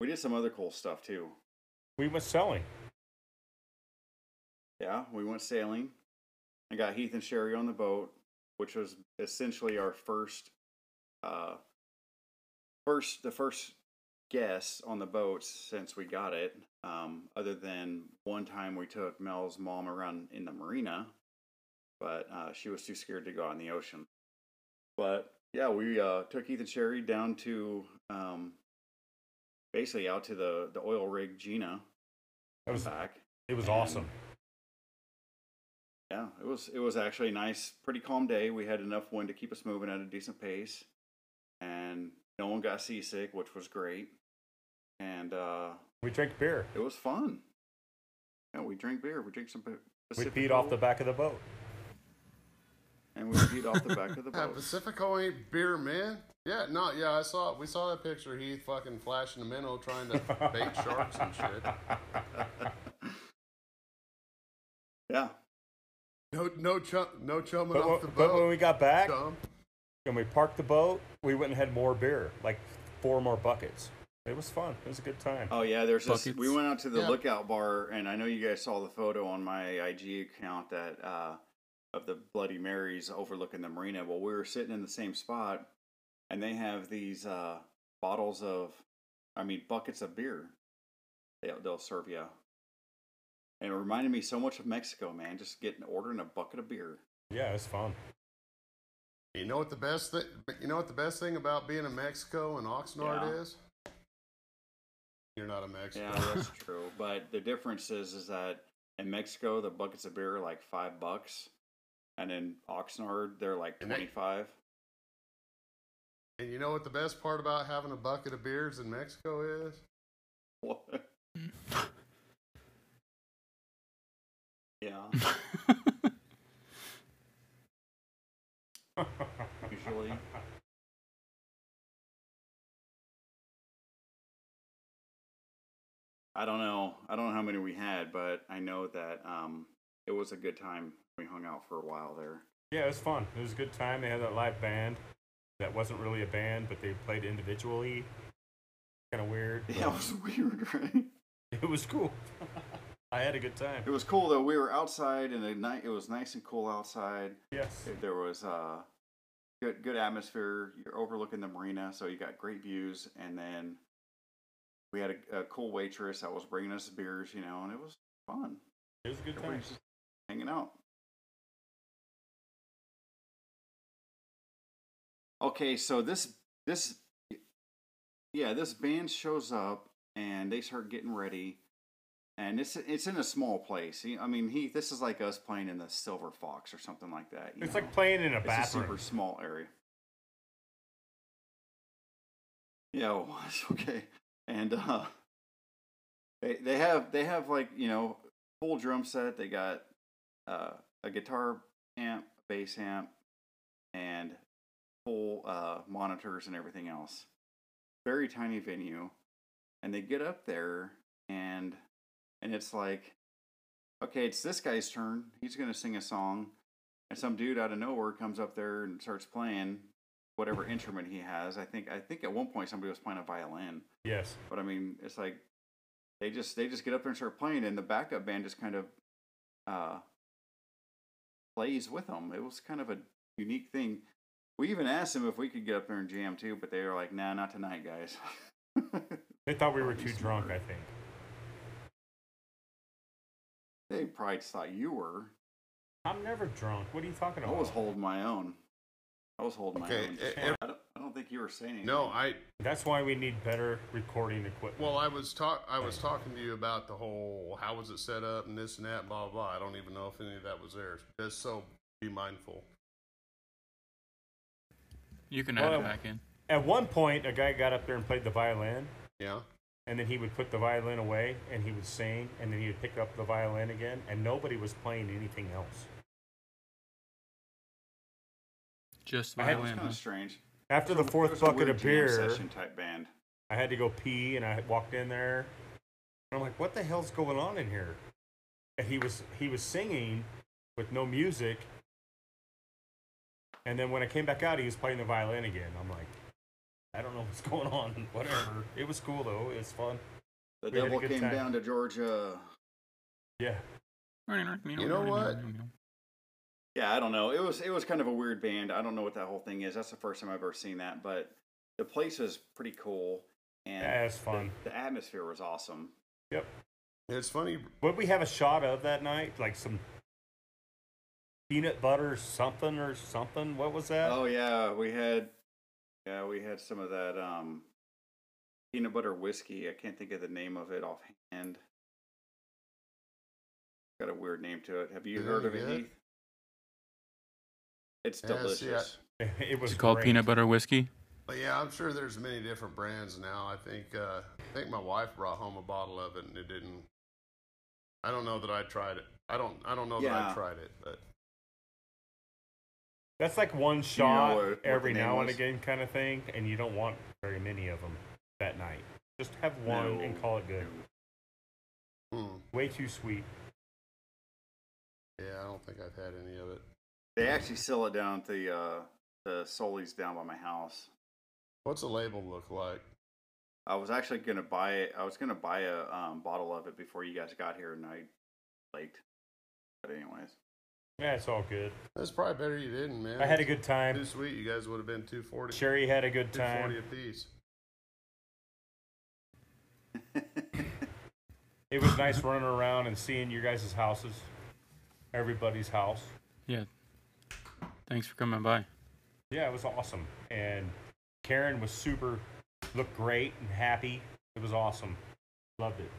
We did some other cool stuff too.
We went selling.
Yeah, we went sailing. I got Heath and Sherry on the boat, which was essentially our first, uh, first the first guest on the boat since we got it. Um, other than one time we took Mel's mom around in the marina, but uh, she was too scared to go out in the ocean. But yeah, we uh, took Heath and Sherry down to um, basically out to the the oil rig Gina
That was
back.
it was awesome.
Yeah, it was it was actually a nice, pretty calm day. We had enough wind to keep us moving at a decent pace, and no one got seasick, which was great. And uh,
We drank beer.
it was fun. Yeah, we drank beer. We drank some. Pacific
We peed off the back of the boat.
and we peed off the back of the
Yeah,
boat.
Pacifico ain't beer, man. Yeah, no, yeah, I saw we saw that picture. He fucking flashing a minnow trying to bait sharks and shit.
Yeah,
No, no chum, no chumming
But,
off
when-
the
but when
boat.
we got back
chum.
and we parked the boat, we went and had more beer, like four more buckets. It was fun. It was a good time.
Oh yeah, there's this. We
Buckets.
went out to the
Yeah.
lookout bar, and I know you guys saw the photo on my IG account that uh, of the Bloody Marys overlooking the marina. Well, we were sitting in the same spot, and they have these uh, bottles of, I mean, buckets of beer. They'll, they'll serve you, and it reminded me so much of Mexico, man. Just getting ordering a bucket of beer.
Yeah, it was fun.
You know what the best thing? You know what the best thing about being in Mexico and Oxnard
Yeah.
is? You're not a Mexican.
Yeah, that's true. But the difference is, is that in Mexico, the buckets of beer are like five bucks, and in Oxnard, they're like
And they-
twenty-five.
And you know what the best part about having a bucket of beers in Mexico is?
What? yeah, usually. I don't know. I don't know how many we had, but I know that um, it was a good time. We hung out for a while there.
Yeah, it was fun. It was a good time. They had that live band that wasn't really a band, but they played individually. Kind of weird. but
Yeah, it was weird, right?
It was cool. I had a good time.
It was cool though. We were outside, and the night it was nice and cool outside.
Yes.
There was uh, good good atmosphere. You're overlooking the marina, so you got great views. And then we had a, a cool waitress that was bringing us beers, you know, and it was fun.
It was a good time.
Everybody's just hanging out. Okay, so this this yeah, this band shows up and they start getting ready, and it's it's in a small place. You- I mean, he this is like us playing in the Silver Fox or something like that. you
It's
know?
like playing in a
it's a super
bathroom.
small area. Yeah, it was okay, and uh, they they have they have like you know full drum set. They got uh, a guitar amp, bass amp, and full uh, monitors and everything else. Very tiny venue, and they get up there and and it's like, okay, it's this guy's turn. He's gonna sing a song, and some dude out of nowhere comes up there and starts playing whatever instrument he has. I think I think at one point somebody was playing a violin.
yes.
But I mean, it's like they just they just get up there and start playing, and the backup band just kind of uh, plays with them. It was kind of a unique thing. We even asked them if we could get up there and jam too, but they were like, "Nah, not tonight, guys."
They thought we were too
Probably
drunk, I
smart.
think.
they probably just thought you were.
I'm never drunk. What are you talking
I
about?
was holding my own. I was holding
Okay,
my own.
e- ev-
I, don't, I don't think you were saying
Mm.
anything.
No, I
That's why we need better recording equipment.
well, I was talk I was talking to you about the whole how was it set up and this and that, blah blah. blah. I don't even know if any of that was there. Just so be mindful.
You can add
Well,
it back in.
At one point, a guy got up there and played the violin,
Yeah.
and then he would put the violin away, and he would sing, and then he would pick up the violin again, and nobody was playing anything else.
Just
I had-
It's
violin.
kind
huh?
of strange.
After the
It
fourth
was a
bucket
weird
of
jam
beer,
session type band.
I had to go pee, and I walked in there, and I'm like, "What the hell's going on in here?" And he was he was singing with no music, and then when I came back out, he was playing the violin again. I'm like, "I don't know what's going on." Whatever. It was cool though. It was fun.
The
We had a
devil
good
came
time.
down to Georgia.
Yeah.
You know what?
Yeah, I don't know. It was it was kind of a weird band. I don't know what that whole thing is. That's the first time I've ever seen that, but the place was pretty cool and
Yeah, it's fun.
the atmosphere was awesome.
Yep.
It's funny.
What we have a shot of that night? Like some peanut butter something or something. What was that?
Oh yeah, we had yeah, we had some of that um peanut butter whiskey. I can't think of the name of it offhand. Got a weird name to it. Have you
Is
heard
it
of it,
good?
Heath? It's
Yeah, see, I-
delicious.
it was
It's called
great.
peanut butter whiskey.
But yeah, I'm sure there's many different brands now. I think uh, I think my wife brought home a bottle of it, and it didn't. I don't know that I tried it. I don't. I don't know that I
Yeah.
tried it, but
That's like one shot
what- what the
every
name
now and
was?
again kind of thing, and you don't want very many of them that night. Just have one and
No.
call it good.
hmm,
Way too sweet.
yeah, I don't think I've had any of it.
They actually sell it down at the uh the Soli's down by my house.
What's the label look like?
I was actually gonna buy it. I was gonna buy a um, bottle of it before you guys got here, and I late. But anyways,
Yeah, it's all good.
That's probably better you didn't, man.
I had a good
Too
time.
sweet. You guys would have been 240.
Sherry had a good
240
time.
apiece.
It was nice running around and seeing your guys' houses, everybody's house.
Yeah. Thanks for coming by.
Yeah, it was awesome. And Karen was super, looked great and happy. It was awesome. Loved it.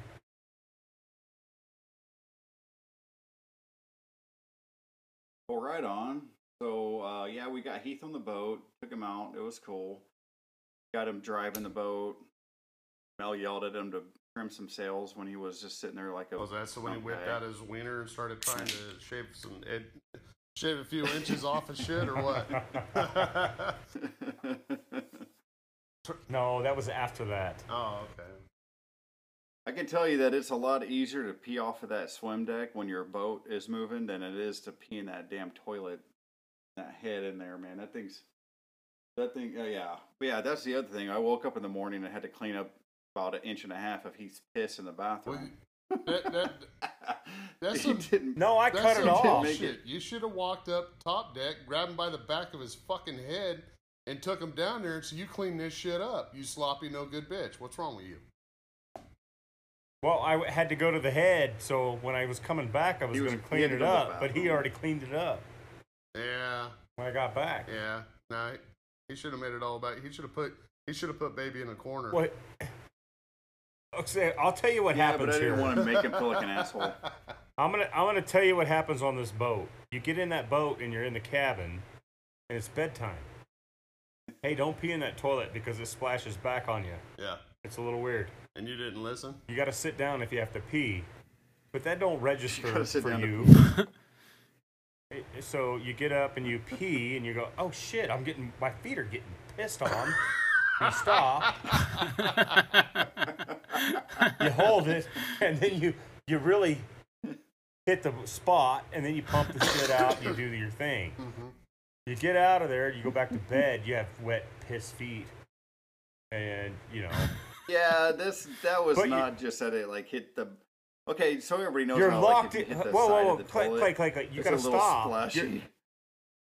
well, right on. So uh, yeah, we got Heath on the boat. Took him out. It was cool. Got him driving the boat. Mel yelled at him to trim some sails when he was just sitting there like a.
Was that so when he
Okay.
whipped out his wiener and started trying to shave some ed, shave a few inches off his shit or what?
No, that was after that.
oh, okay.
I can tell you that it's a lot easier to pee off of that swim deck when your boat is moving than it is to pee in that damn toilet. That head in there, man. That thing's that thing. Oh yeah, but yeah. That's the other thing. I woke up in the morning and had to clean up about an inch and a half of Heath's piss in the bathroom.
That, that, that's
he
some-
didn't.
No, I
that's
cut it
some
off.
make
bullshit. You should have walked up top deck, grabbed him by the back of his fucking head, and took him down there and said, You clean this shit up, you sloppy, no good bitch. What's wrong with you?
Well, I w- had to go to the head, so when I was coming back, I was,
He was-
going to
he
clean
had to
it
go to the
up, but he
bathroom.
already cleaned it up
Yeah,
when I got back.
yeah. No, he should have made it all about. He should have put. He should have put baby in a corner.
What? Okay, I'll tell you what
Yeah,
happens
but I didn't
here.
want to make him feel like an asshole.
I'm gonna I'm gonna tell you what happens on this boat. You get in that boat and you're in the cabin, and it's bedtime. Hey, don't pee in that toilet because it splashes back on you.
Yeah,
It's a little weird.
and you didn't listen.
You got to sit down if you have to pee, but that don't register
gotta sit
for
down to
you. It- so you get up and you pee and you go, oh shit, I'm getting my feet are getting pissed on. You stop. you hold it, and then you you really hit the spot, and then you pump the shit out. and You do your thing.
Mm-hmm.
You get out of there, you go back to bed. You have wet piss feet, and you know
Yeah, this that was
But you-
not just that it like hit the. Okay, so everybody knows
you're
how,
locked.
Like, if you
in,
hit the
whoa,
side
whoa,
of
whoa!
the
Clay,
toilet,
Clay, Clay, Clay, you
it's a
gotta
little
stop.
splashy.
You're-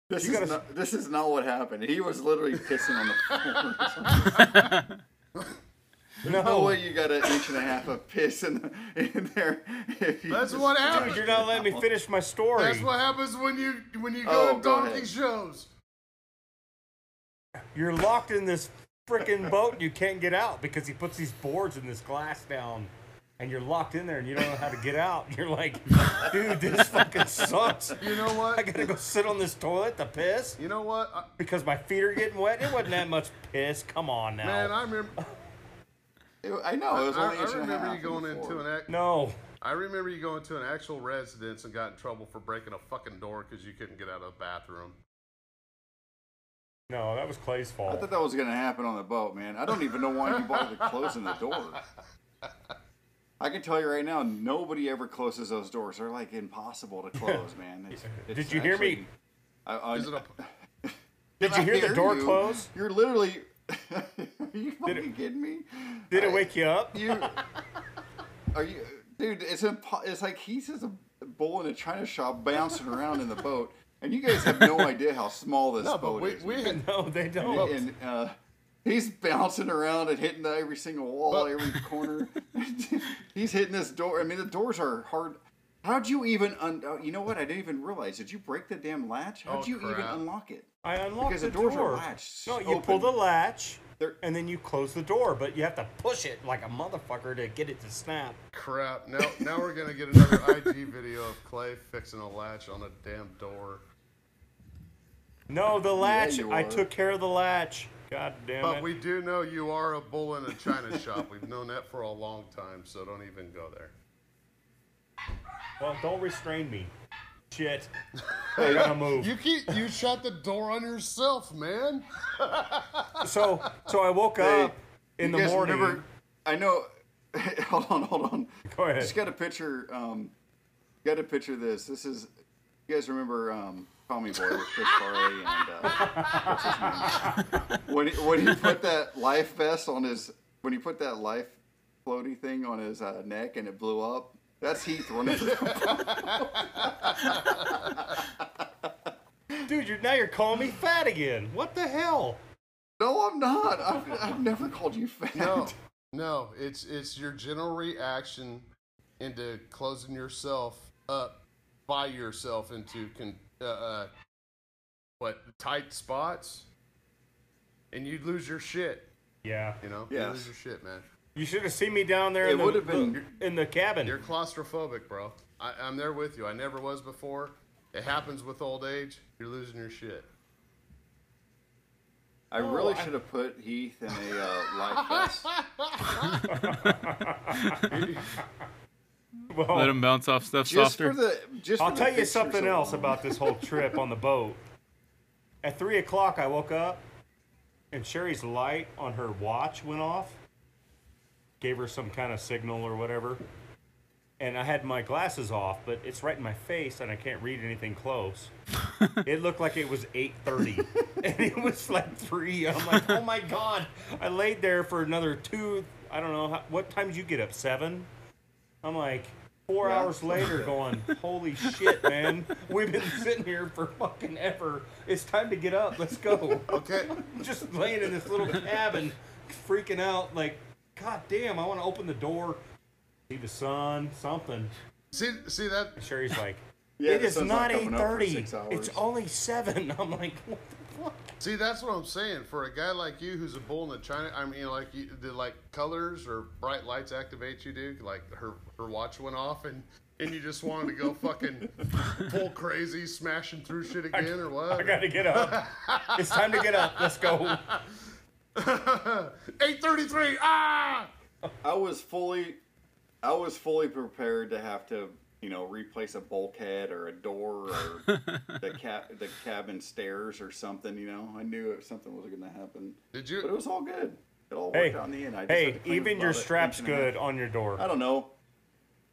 This
you
is
gotta s-
not, this is not what happened. He was literally pissing on the floor.
No,
No way you got an inch and a half of piss in, the, in there. if you
That's
just-
what
dude,
happens.
you're not letting me finish my story.
That's what happens when you when you go
Oh,
to
go
donkey
ahead.
shows.
You're locked in this freaking boat and you can't get out because he puts these boards in this glass down and you're locked in there and you don't know how to get out. You're like, dude, this fucking sucks.
You know
I
what?
gotta go sit on this toilet to piss
You know what? I,
because my feet are getting wet. It wasn't that much piss. Come on now.
man, I remember.
It- I know. It was
I,
only
I
an inch and a
remember
half
you going into an. Act,
no.
I remember you going to an actual residence and got in trouble for breaking a fucking door because you couldn't get out of the bathroom.
No, that was Clay's
I
fault.
thought that was gonna happen on the boat, man. I don't even know why you bothered closing the door. I can tell you right now, nobody ever closes those doors. They're like impossible to close, man. It's, it's
Did you hear me?
actually- I, I,
Is it a?
Did
I
you hear the
hear
door
you.
close?
You're literally. Are you fucking kidding me?
Did
I-
it wake you up?
You are you, dude? It's impo- It's like he's just a bull in a china shop bouncing around in the boat, and you guys have no idea how small this
No, but
boat
we
is.
we had
No, they don't.
man. and uh, he's bouncing around and hitting every single wall,
Well-
every corner. he's hitting this door. I mean, the doors are hard. How'd you even un? oh, You know what? I didn't even realize. Did you break the damn latch? How'd
Oh,
you even
crap.
unlock it?
I unlocked
Because
the,
the doors are
door.
latched.
No, you
Open.
pull the latch,
They're-
and then you close the door, but you have to push it like a motherfucker to get it to snap.
crap. Now now we're gonna get another IG video of Clay fixing a latch on a damn door.
No, the latch.
you
I
are.
took care of the latch. God damn
But
it.
we do know you are a bull in a china shop. We've known that for a long time, so don't even go there.
Well, don't restrain me. Shit. I gotta move.
You keep you shut the door on yourself, man.
So, so I woke
Hey,
up in
you
the
guys
morning.
remember- I know. hold on, hold on.
Go ahead.
Just got a picture. Um, got a picture. Of this. This is. You guys remember um, Call Me Boy with Chris Farley and uh, what's his name? When he, when he put that life vest on his when he put that life floaty thing on his uh, neck and it blew up. That's Heath running.
Dude, you're, now you're calling me fat again. What the hell?
no, I'm not. I've, I've never called you fat.
No, no, it's it's your general reaction into closing yourself up by yourself into con- uh, uh, what tight spots, and you lose your shit.
Yeah.
You know, you
Yes.
lose your shit, man.
You should have seen me down there
It
in the,
would've been-
the- in the cabin.
You're claustrophobic, bro. I, I'm there with you. I never was before. It happens with old age. You're losing your shit.
I really should have put Heath in a uh, life vest.
Well,
Let him bounce off stuff
Oh. Just
softer.
for the. Just
I'll
for the
tell you
pictures
something else
alone.
about this whole trip on the boat. At three o'clock, I woke up, and Sherry's light on her watch went off. Gave her some kind of signal or whatever. And I had my glasses off, but it's right in my face, and I can't read anything close. it looked like it was eight thirty, and it was like three. I'm like, oh my god! I laid there for another two. I don't know how, what time did you get up? Seven. I'm like four
Yeah,
hours
something
later, going, holy shit, man! We've been sitting here for fucking ever. It's time to get up. Let's go.
Okay,
Just laying in this little cabin, freaking out. Like, god damn! I want to open the door. see the sun, something.
See, see that
And Sherry's like,
Yeah,
it
the
is
sun's
not eight
coming up for
thirty.
six hours.
It's only seven. I'm like, what the fuck?
See, that's what I'm saying. For a guy like you who's a bull in the china, I mean, like, you, did like colors or bright lights activate you, dude? Like her her watch went off and and you just wanted to go fucking full crazy, smashing through shit again or what?
I gotta get up. it's time to get up. Let's go.
Eight thirty three. Ah.
I was fully, I was fully prepared to have to, you know, replace a bulkhead or a door or the cap, the cabin stairs or something. You know, I knew it, something was going to happen,
Did
but it
you?
was all good. It all worked
Hey,
out in the end. I just had
hey,
to clean up
even your
about an
strap's
inch and a half.
good on your
I
door.
don't know.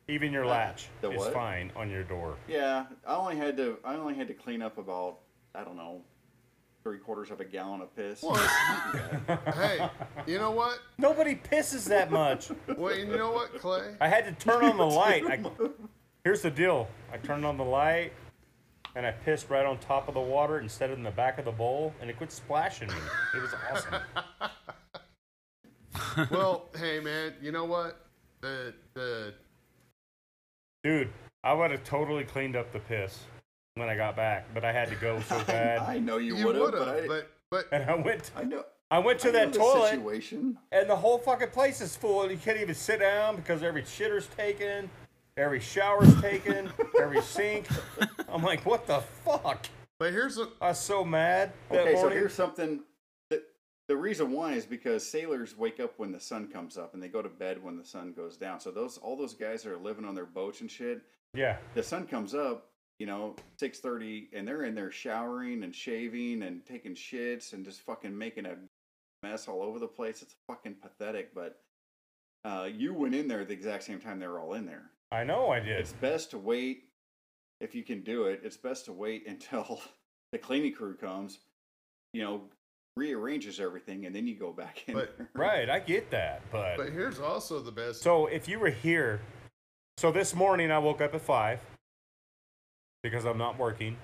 Even your latch
Uh, The
is
what?
fine on your door.
Yeah, I only had to, I only had to clean up about, I don't know, three quarters of a gallon of piss.
hey, you know what?
Nobody pisses that much.
Well, and you know what, Clay?
I had to turn on the light. I, here's the deal. I turned on the light and I pissed right on top of the water instead of in the back of the bowl and it quit splashing me. It was awesome.
Well, hey, man, you know what? The the
Dude, I would have totally cleaned up the piss when I got back, but I had to go so bad.
I know you,
you
would have,
would
but I,
have, but but
And I went
I know.
I went to
I know
that
the
toilet
situation.
and the whole fucking place is full and you can't even sit down because every shitter's taken, every shower's taken, every sink. I'm like, what the fuck?
but here's a
I was so mad that
Okay, so
morning.
here's something. That, the reason why is because sailors wake up when the sun comes up, and they go to bed when the sun goes down. So those all those guys that are living on their boats and shit,
yeah.
the sun comes up, you know, six thirty, and they're in there showering and shaving and taking shits and just fucking making a mess all over the place. It's fucking pathetic, but. Uh, you went in there at the exact same time they were all in there.
I know I did.
It's best to wait if you can do it. It's best to wait until the cleaning crew comes, you know, rearranges everything, and then you go back in.
But-
there.
Right, I get that, but,
but here's also the best.
so if you were here, so this morning I woke up at five because I'm not working,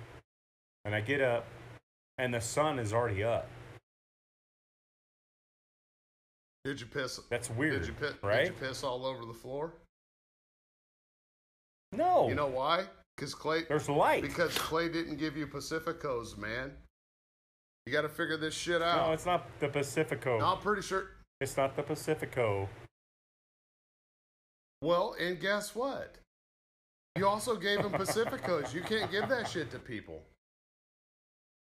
and I get up, and the sun is already up.
did you piss?
That's weird,
Did you piss?
right?
Did you piss all over the floor?
no,
You know why? Because Clay,
there's light.
because Clay didn't give you Pacificos, man. You got to figure this shit out.
no, it's not the Pacifico.
I'm pretty sure.
It's not the Pacifico.
Well, and guess what? You also gave him Pacificos. You can't give that shit to people.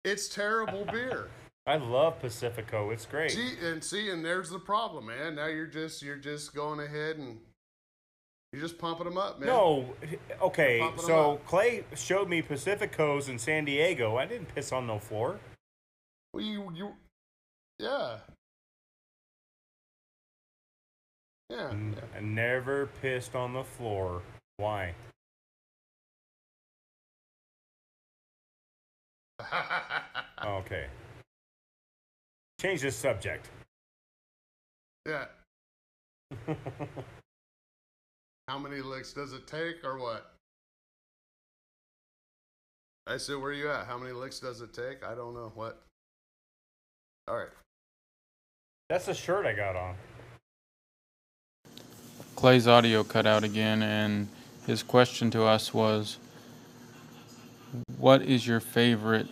It's terrible beer.
I love Pacifico. It's great.
See and see, and there's the problem, man. Now you're just you're just going ahead and you're just pumping them up, man.
No, okay.
Popping 'em
So
up.
Clay showed me Pacificos in San Diego. I didn't piss on no floor.
Well, you you, yeah, yeah.
N-
yeah.
I never pissed on the floor. Why? Okay. Change the subject.
Yeah. How many licks does it take, or what? I said, where you at? How many licks does it take? I don't know what. All right.
That's the shirt I got on.
Clay's audio cut out again, and his question to us was, "What is your favorite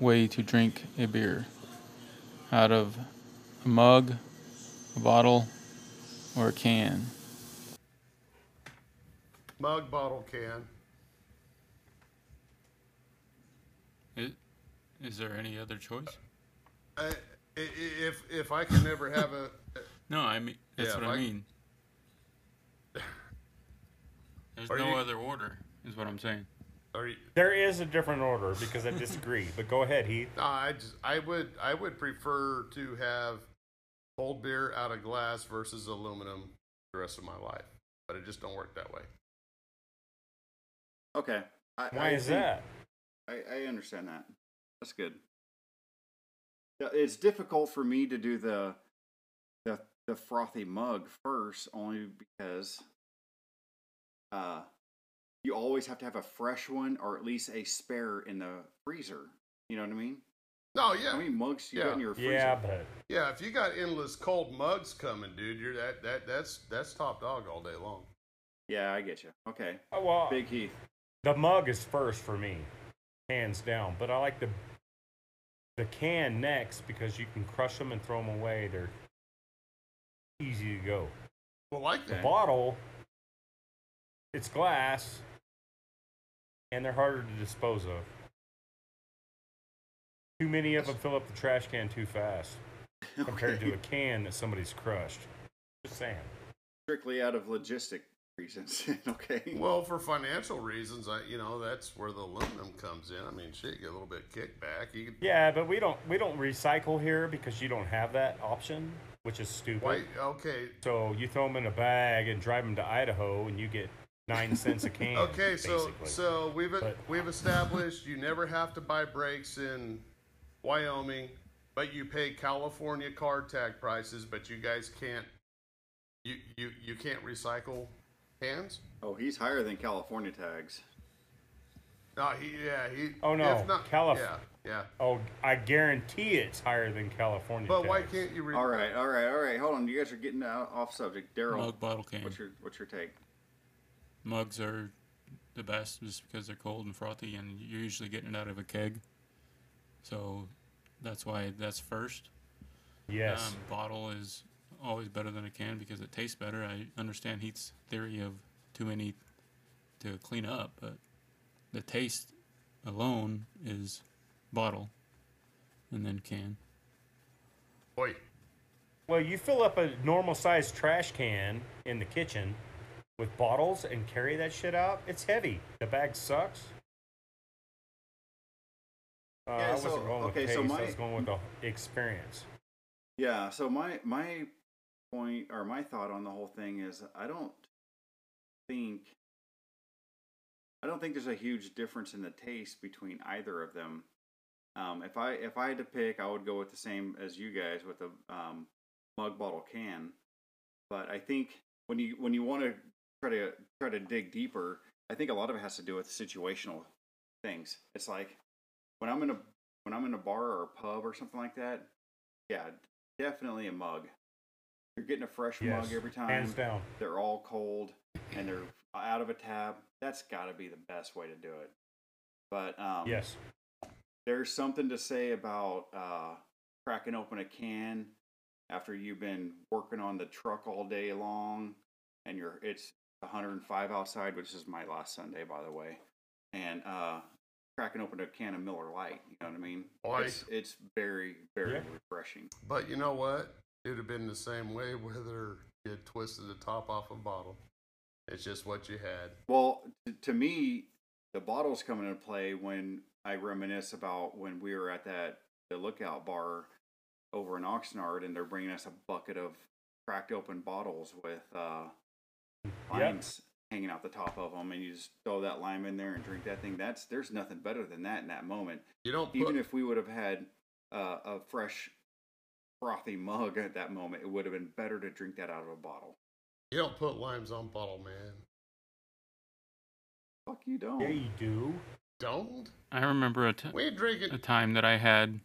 way to drink a beer? Out of a mug, a bottle, or a can?"
Mug bottle can.
Is, is there any other choice?
I, i- i- if if I can never have a,
No, I mean that's
Yeah,
what
like-
I mean. There's
Are
no
you-
other order, is what I'm saying.
or you-
There is a different order because I disagree. but go ahead, Heath.
no, I just I would I would prefer to have cold beer out of glass versus aluminum the rest of my life, but it just don't work that way.
Okay. I,
Why
I
is
think-
that?
I, I understand that. That's good. Yeah, It's difficult for me to do the the the frothy mug first, only because uh, you always have to have a fresh one or at least a spare in the freezer. You know what I mean?
No, yeah,
How many mugs do you
Yeah.
got in your freezer?
Yeah, but
yeah. If you got endless cold mugs coming, dude, you're that that that's that's top dog all day long.
Yeah, I get you. Okay.
oh, well,
Big Heath.
the mug is first for me, hands down. But I like the the can next because you can crush them and throw them away. They're easy to go.
Well, like
The
that.
Okay.
bottle, it's glass, and they're harder to dispose of. Too many of them fill up the trash can too fast compared to a can that somebody's crushed. Just saying.
Strictly out of logistic reasons. okay.
Well, for financial reasons, I you know that's where the aluminum comes in. I mean, shit, you get a little bit kickback. You could,
Yeah, but we don't we don't recycle here because you don't have that option, which is stupid.
wait, okay,
So you throw them in a bag and drive them to Idaho, and you get nine cents a can.
okay. So
basically.
so we've e-,
But-
we've established you never have to buy brakes in Wyoming, but you pay California car tag prices. But you guys can't you you you can't recycle cans.
Oh, he's higher than California tags.
No, he yeah he.
Oh, no,
if not,
Calif-
yeah yeah.
oh, I guarantee it's higher than California.
But why
tax.
can't you? Re-
All right, all right, all right. Hold on. You guys are getting out, off subject. Daryl,
Mug bottle can.
what's your what's your take?
Mugs are the best just because they're cold and frothy, and you're usually getting it out of a keg. So that's why that's first.
Yes.
Um, bottle is always better than a can because it tastes better. I understand Heath's theory of too many to clean up, but the taste alone is bottle and then can.
Boy,
Well, you fill up a normal sized trash can in the kitchen with bottles and carry that shit out. It's heavy. The bag sucks. Uh,
Yeah,
I
so-
wasn't going with
okay, so
taste.
my-
I was going with the experience.
Yeah. So my my point or my thought on the whole thing is I don't think I don't think there's a huge difference in the taste between either of them. Um, if I if I had to pick, I would go with the same as you guys with a um, mug bottle can. But I think when you when you want to try to try to dig deeper, I think a lot of it has to do with situational things. It's like when I'm in a when I'm in a bar or a pub or something like that. Yeah, definitely a mug. You're getting a fresh
Yes.
mug every time
Hands down.
they're all cold and they're out of a tab. That's got to be the best way to do it. But um,
yes.
there's something to say about uh, cracking open a can after you've been working on the truck all day long, and you're it's 105 outside, which is my last Sunday, by the way, and uh, cracking open a can of Miller Lite. You know what I mean?
Oi.
It's, it's very very
Yeah.
refreshing.
but you know what? It'd have been the same way whether you had twisted the top off a bottle. It's just what you had.
Well, t- to me, the bottles come into play when I reminisce about when we were at that the lookout bar over in Oxnard, and they're bringing us a bucket of cracked open bottles with uh, limes hanging out the top of them, and you just throw that lime in there and drink that thing. That's there's nothing better than that in that moment.
You don't put
Even if we would have had uh, a fresh frothy mug at that moment, it would have been better to drink that out of a bottle.
you don't put limes on bottle, man.
Fuck you don't.
Yeah, you do.
Don't
I remember a, t-
we ain't
a
drinking?
time that I had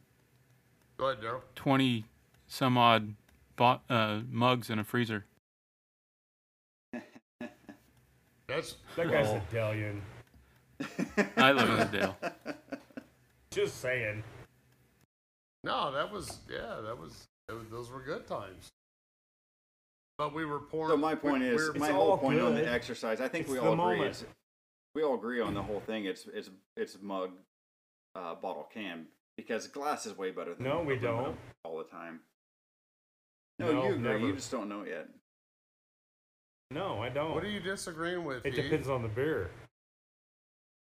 Go ahead, Daryl.
20 some odd bot, uh, mugs in a freezer.
That's
That guy's a Delian.
I love Dale.
Just saying.
no. That was yeah. That was tho- those were good times. But we were pouring.
So my point
we-
is,
we're-
my
It's
whole
all
point on the
good.
exercise. I think
It's
we
the
all agree.
moment.
It's, we all agree on the whole thing. It's it's it's mug, uh, bottle, can because glass is way better. than
No, we
aluminum
don't.
all the time. No,
No,
you agree. You
never.
just don't know yet.
No, I don't.
what are you disagreeing with?
it
Heath?
depends on the beer.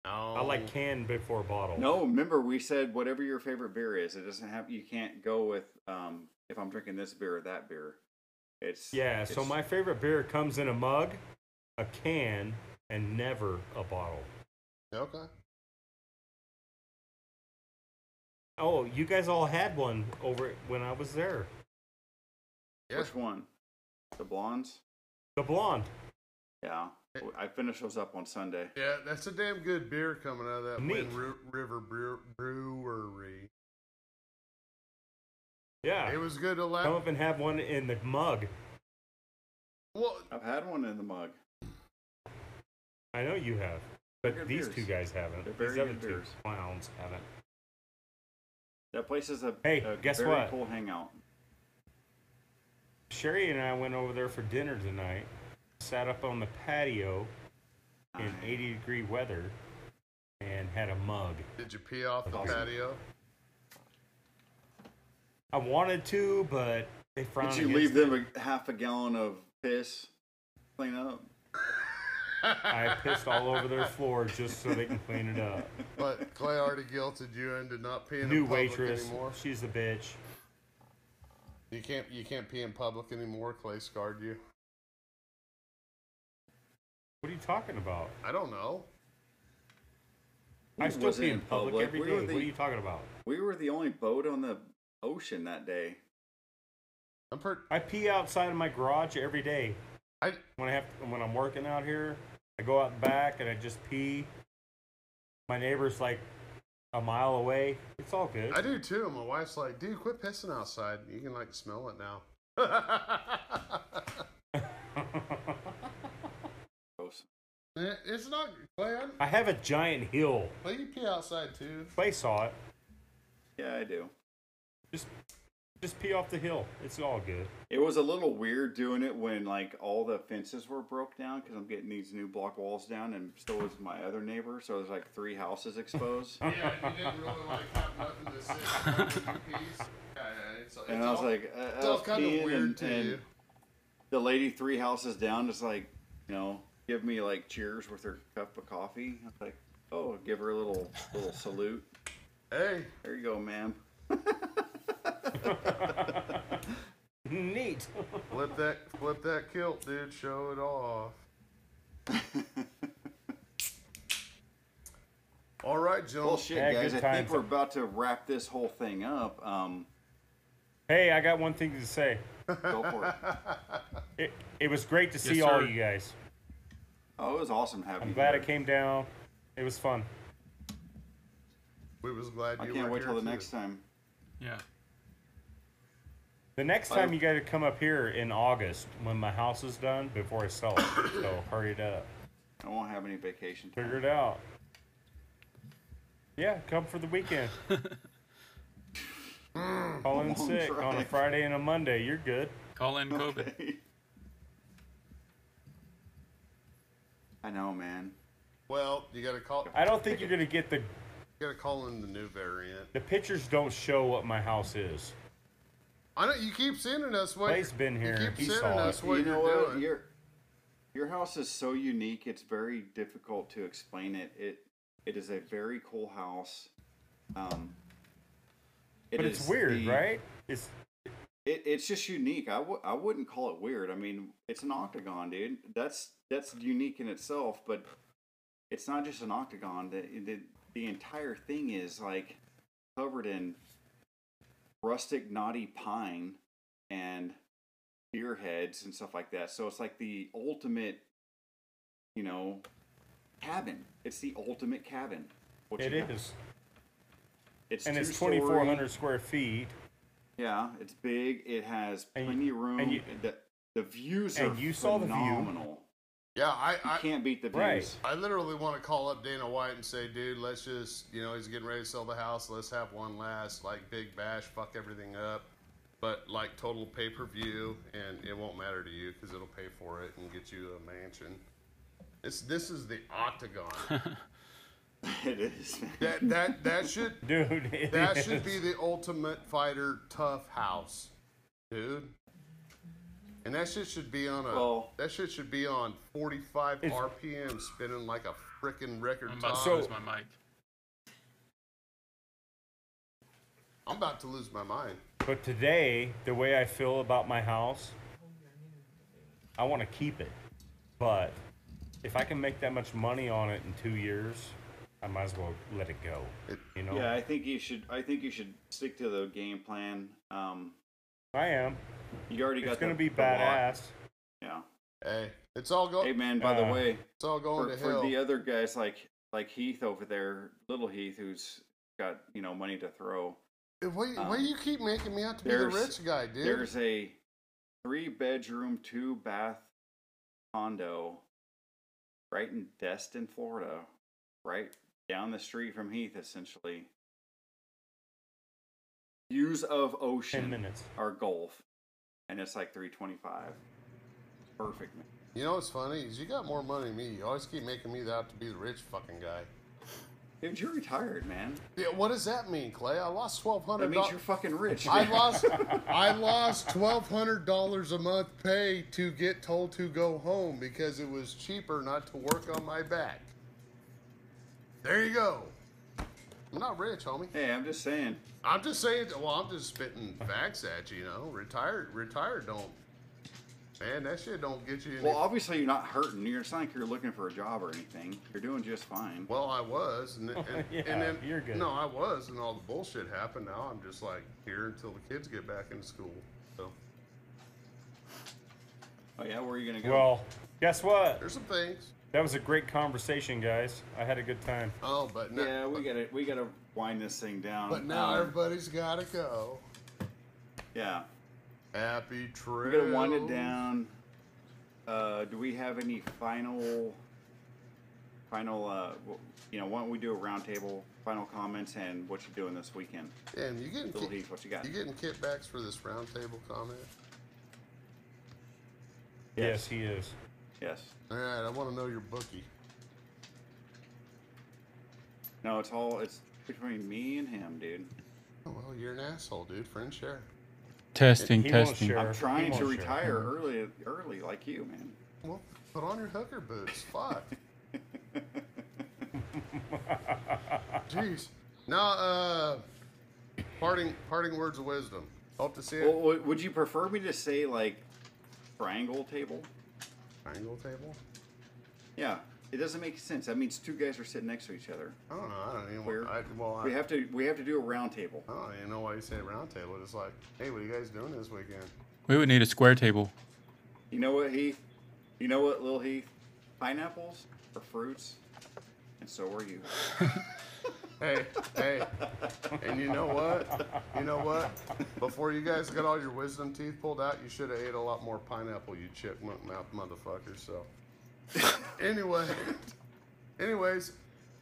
No.
I like can before bottle.
Oh. No, remember we said whatever your favorite beer is. It doesn't have. You can't go with um, if I'm drinking this beer or that beer. It's
Yeah, so
it's-
my favorite beer comes in a mug, a can, and never a bottle.
Okay.
Oh, you guys all had one over when I was there.
Yeah.
which one? The blondes.
The blonde.
Yeah, I finished those up on Sunday.
Yeah, that's a damn good beer coming out of that
Neat.
Wind Ru- River Brew- Brewery. It
Yeah.
was good to
Come
laugh.
up and have one in the mug.
Well,
I've had one in the mug.
I know you have.
They're
But
good
these
beers.
two guys haven't.
They're
These
very
other
good
two
beers.
clowns haven't.
That place is a
Hey,
a
guess
very
what?
cool hangout.
Sherry and I went over there for dinner tonight. Sat up on the patio in 80 degree weather and had a mug.
did you pee off the
Awesome.
patio?
I wanted to, but they frowned.
Did you
against
leave them
it.
a half a gallon of piss? Clean up.
I pissed all over their floor just so they can clean it up.
But Clay already guilted you into not peeing in
New
public
waitress,
anymore.
she's a bitch.
You can't you can't pee in public anymore. Clay scarred you.
What are you talking about?
I don't know.
I
We
still
wasn't
pee in public, every
We
day.
were,
What
the,
are you talking about?
we were the only boat on the ocean that day.
I'm per-
I pee outside of my garage every day.
I
When I have when I'm working out here, I go out back and I just pee. My neighbor's like a mile away. It's all good.
I do too. My wife's like, dude, quit pissing outside. You can like smell it now.
Gross.
It- it's not Clay. I'm,
I have a giant hill.
Clay, you pee outside too.
Clay saw it.
Yeah, I do.
Just just pee off the hill. It's all good.
It was a little weird doing it when like all the fences were broke down because I'm getting these new block walls down, and so was my other neighbor. So there's like three houses exposed.
Yeah, you didn't really like have nothing to say. Yeah, yeah, it's,
And I was like, uh,
it's all kind of weird
and,
to
and
you.
The lady three houses down is like, you know, give me like cheers with her cup of coffee. I was like, oh, give her a little little salute.
Hey,
There you go, ma'am.
Neat.
flip that, flip that kilt, dude. Show it off. All right,
Well,
Jones.
shit,
Yeah,
guys. I
good
think
times.
we're about to wrap this whole thing up. Um,
hey, I got one thing to say.
go for it.
It, it was great to see
Yes,
all
sir.
you guys.
Oh, it was awesome having
I'm
you.
glad I
here.
came down. It was fun.
We was glad
I
you
can't
were
wait
here
till the
too.
next time.
Yeah.
The next
I-
time you gotta come up here in August when my house is done before I sell it. so hurry it up.
I won't have any vacation. time.
Figure it out. Yeah, come for the weekend. Call in
Long
sick on a
drive.
Friday and a Monday. You're good.
Call in COVID.
I know, man.
Well, you gotta call.
I don't think you're gonna get the
You gotta call in the new variant.
the pictures. Don't show what my house is.
I know you keep sending us what.
Clay's been here.
You keep
He
sending
saw
us
it.
what you
you know
are
what?
doing.
Your your house is so unique. It's very difficult to explain it. It it is a very cool house. Um, it
But it's
is
weird,
the-
right? It's
It, it's just unique. I w- I wouldn't call it weird. I mean, it's an octagon, dude. That's that's unique in itself, but it's not just an octagon. The the, the entire thing is like covered in rustic, knotty pine and deer heads and stuff like that. So it's like the ultimate, you know, cabin. It's the ultimate cabin. What
it
you have.
is,
It's
and it's
two-story.
2,400 square feet.
Yeah, it's big. It has
And you-
plenty of room.
and you-
the, the views
and
are
you saw the view.
phenomenal.
Yeah, I,
You
I,
can't beat the views.
Right.
I literally want to call up Dana White and say, dude, let's just, you know, he's getting ready to sell the house. Let's have one last like big bash, fuck everything up, but like total pay per view, and it won't matter to you because it'll pay for it and get you a mansion. It's this is the octagon.
It is. man.
that that that should
Dude, it
that
is.
should be the ultimate fighter tough house, dude. And that shit should be on a
Well-
that shit should be on 45
It's-
RPM, spinning like a freaking record.
I'm about
top.
to
So-
lose my mic.
I'm about to lose my mind.
But today, the way I feel about my house, I want to keep it. But if I can make that much money on it in two years, I might as well let it go. You know,
Yeah, I think you should. I think you should stick to the game plan. Um,
I am.
you already got.
It's gonna
the-
be
the lot.
badass.
Yeah.
Hey, it's all going.
Hey man, by the
Uh,
way,
It's all Oh. going
for,
to
for
hell.
the other guys like like Heath over there, little Heath, who's got you know money to throw.
Why, why
Um,
you keep making me out to be the
there's-
rich guy, dude?
There's a three bedroom, two bath condo right in Destin, Florida, right down the street from Heath, essentially. Views of
Ten
ocean
minutes.
or Gulf, and it's like 325. Perfect. man.
You know what's funny is you got more money than me. You always keep making me out to be the rich fucking guy.
Dude, you're retired, man.
Yeah, what does that mean, Clay? I lost twelve
That
hundred.
means you're fucking rich.
I
man.
lost I lost twelve hundred dollars a month pay to get told to go home because it was cheaper not to work on my back. There you go. I'm not rich, homie.
Hey, I'm just saying.
I'm just saying. Well, I'm just spitting facts at you. You know, retired, retired don't. Man, that shit don't get you. Any,
Well, obviously you're not hurting. You're it's not like you're looking for a job or anything. You're doing just fine.
well, I was, and, and,
Yeah,
and then
you're good.
No, I was, and all the bullshit happened. Now I'm just like here until the kids get back into school. So
Oh yeah, where are you gonna go?
Well, guess what?
there's some things.
That was a great conversation, guys. I had a good time.
Oh, but no,
yeah, we gotta we gotta wind this thing down.
But now
Um,
everybody's got to go.
yeah,
Happy
we
trails.
gotta wind it down. Uh, do we have any final, final? Uh, w- you know, why don't we do a roundtable? Final comments and what you doing this weekend?
Damn, you getting
Little
ki-
Heath, what you got?
you getting kickbacks for this roundtable comment?
Yes, he is.
Yes.
All right, I want to know your bookie.
No, it's all it's between me and him, dude.
Oh, well, you're an asshole, dude. Friend share.
Testing,
He won't
testing.
share.
I'm
He
trying
won't
to
share.
retire early, early like you, man.
Well, put on your hooker boots. Fuck. Jeez. Now, uh, parting parting words of wisdom. Hope to see
Well,
you.
w- would you prefer me to say like triangle table?
Triangle table.
Yeah, it doesn't make sense. That means two guys are sitting next to each other.
I don't know. I don't even.
Weird.
I, well, I,
We have to we have to do a round table.
I don't even know why you say round table. It's like, hey, what are you guys doing this weekend?
We would need a square table.
You know what Heath? You know what Lil Heath? Pineapples are fruits, and so are you.
Hey, hey, and you know what? You know what? Before you guys got all your wisdom teeth pulled out, you should have ate a lot more pineapple, you chipmunk mouth motherfuckers. So, anyway, anyways,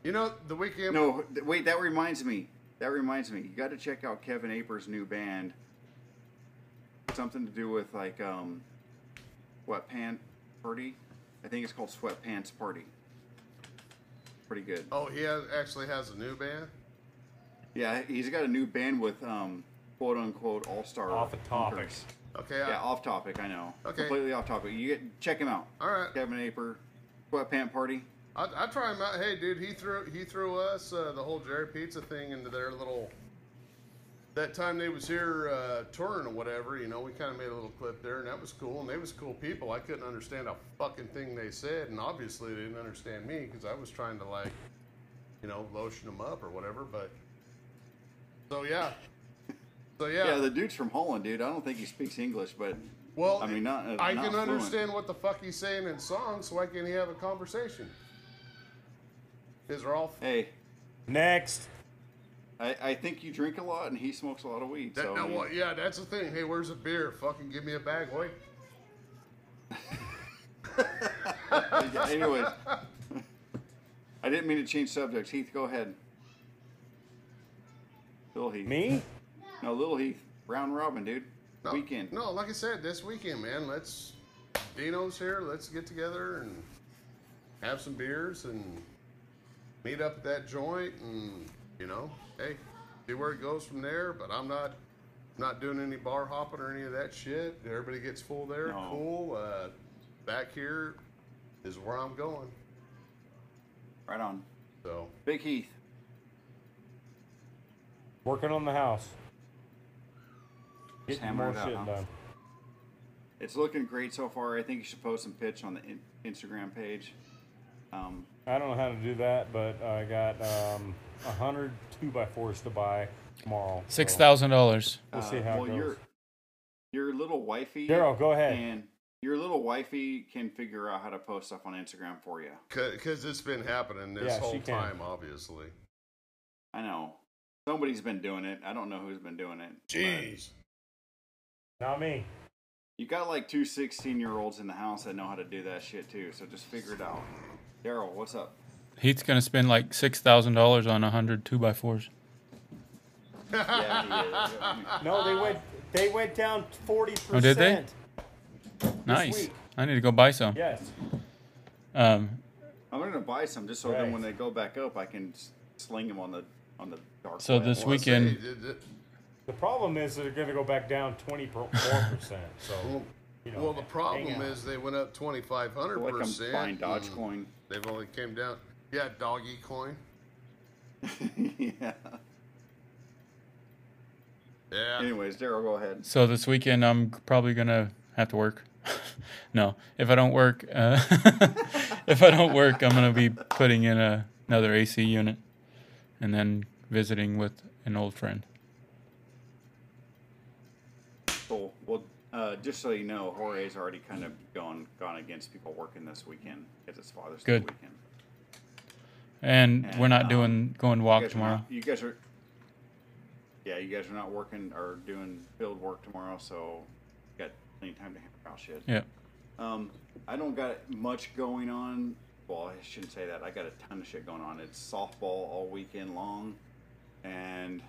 you know the weekend.
No, th- wait. That reminds me. That reminds me. You got to check out Kevin Aper's new band. Something to do with like um, what pan party? I think it's called Sweatpants Party. Pretty good.
Oh, he has, actually has a new band.
Yeah, he's got a new band with um, quote unquote all star.
Off of topic.
Okay,
Yeah,
I-
off topic. I know.
Okay.
Completely off topic. You get check him out.
all right.
Kevin Aper, sweatpant party.
I, I try him out. Hey, dude, he threw he threw us uh, the whole Jerry Pizza thing into their little. That time they was here uh, touring or whatever, you know, we kind of made a little clip there, and that was cool. And they was cool people. I couldn't understand a fucking thing they said, and obviously they didn't understand me because I was trying to like, you know, lotion them up or whatever. But so yeah, so yeah.
Yeah. the dude's from Holland, dude. I don't think he speaks English, but
well,
I mean, not. uh,
I
not
can
fluent.
understand what the fuck he's saying in songs, so why can't he have a conversation? Is are all
Hey,
Next.
I, I think you drink a lot and he smokes a lot of weed.
That,
so
no,
I mean,
well, yeah, that's the thing. Hey, where's the beer? Fucking give me a bag, boy.
yeah, anyways, I didn't mean to change subjects. Heath, go ahead. Little Heath.
Me?
No, Little Heath. Round robin, dude.
No,
Weekend.
No, like I said, this weekend, man. Let's Dino's here. Let's get together and have some beers and meet up at that joint and you know, hey, see where it goes from there. But I'm not not doing any bar hopping or any of that shit. Everybody gets full there.
No.
Cool. Uh, back here is where I'm going.
Right on.
So
Big Heath.
Working on the house.
Just
Getting
hammer
more
it out,
shit
huh?
done.
It's looking great so far. I think you should post some pitch on the in- Instagram page. Um,
I don't know how to do that, but I got um, 100 2 by 4s to buy tomorrow. so
Six thousand dollars.
We'll
Uh,
see how it goes.
Your, your little wifey.
Daryl, go ahead.
Can, your little wifey can figure out how to post stuff on Instagram for you.
because it's been happening this
Yeah, she
whole
can.
time, obviously.
I know. Somebody's been doing it. I don't know who's been doing it. but
Jeez.
Not me.
You got like two 16 year olds in the house that know how to do that shit too, so just figure it out. Daryl, what's up?
He's gonna spend like six thousand dollars on a hundred two by fours.
Yeah, he is.
No,
Uh-uh.
they went they went down forty percent.
Oh, did they? Nice.
week.
I need to go buy some.
Yes.
Um,
I'm gonna buy some just so
Right.
then when they go back up, I can s- sling them on the on the dark.
So
web.
this
Well, I say,
weekend-
it- it-
The problem is they're going to go back down twenty four percent. So
well,
you know,
well, the problem
hang on.
is they went up twenty five hundred
like I'm
percent. Hmm.
buying Dogecoin.
They've only came down. Yeah, doggy coin.
yeah.
Yeah.
Anyways, Daryl, go ahead.
so this weekend I'm probably gonna have to work. no, if I don't work, uh, if I don't work, I'm gonna be putting in a, another AC unit, and then visiting with an old friend.
Cool. Well, uh, just so you know, Jorge's already kind of gone gone against people working this weekend because it's Father's Day
Good.
weekend.
And we're not
Um,
doing going to
You
walk
guys, are not-
tomorrow.
you guys are. Yeah, you guys are not working or doing field work tomorrow, so you got plenty of time to hammer out shit.
Yeah.
Um, I don't got much going on. Well, I shouldn't say that. I got a ton of shit going on. It's softball all weekend long, and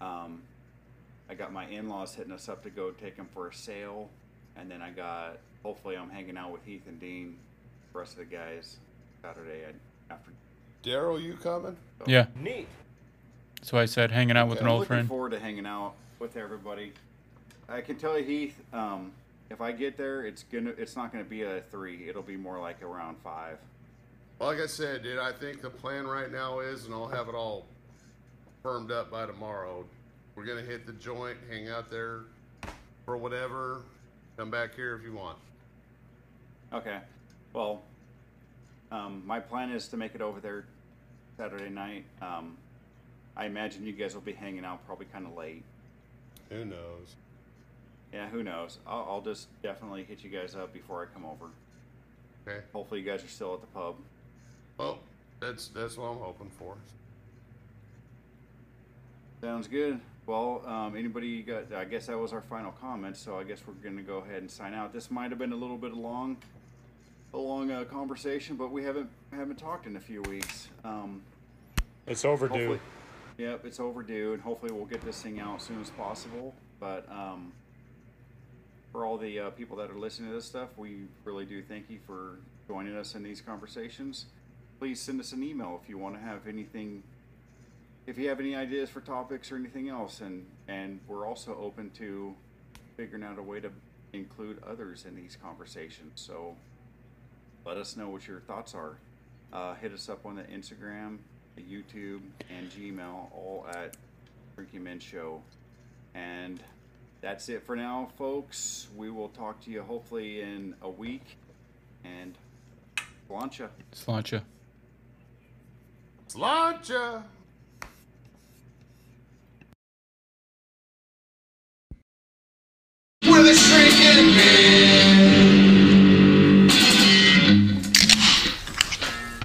um, I got my in-laws hitting us up to go take them for a sail, and then I got hopefully I'm hanging out with Heath and Dean, the rest of the guys Saturday I- after.
Daryl, you coming?
Yeah.
neat.
That's why I said hanging out with
Okay,
an
I'm
old
looking
friend.
forward to hanging out with everybody. I can tell you, Heath, um, if I get there, it's gonna it's not gonna be a three. It'll be more like around five.
Like I said, dude, I think the plan right now is, and I'll have it all firmed up by tomorrow. We're gonna hit the joint, hang out there for whatever. Come back here if you want.
Okay. Well, um, my plan is to make it over there Saturday night. Um, I imagine you guys will be hanging out probably kind of late.
Who knows?
Yeah, who knows? I'll, I'll just definitely hit you guys up before I come over.
Okay.
Hopefully, you guys are still at the pub.
Well, that's that's what I'm hoping for.
Sounds good. Well, um, anybody got? I guess that was our final comment. So I guess we're gonna go ahead and sign out. This might have been a little bit long, a long uh, conversation, but we haven't haven't talked in a few weeks. Um,
It's overdue.
Hopefully, yep, it's overdue, and hopefully we'll get this thing out as soon as possible. But um, for all the uh, people that are listening to this stuff, we really do thank you for joining us in these conversations. Please send us an email if you want to have anything, if you have any ideas for topics or anything else, and and we're also open to figuring out a way to include others in these conversations. So let us know what your thoughts are. Uh, hit us up on the Instagram, the YouTube, and Gmail, all at Drinking Men Show. And that's it for now, folks. We will talk to you hopefully in a week. And Blancha.
Slancha.
Slancha!
With a shrinking man.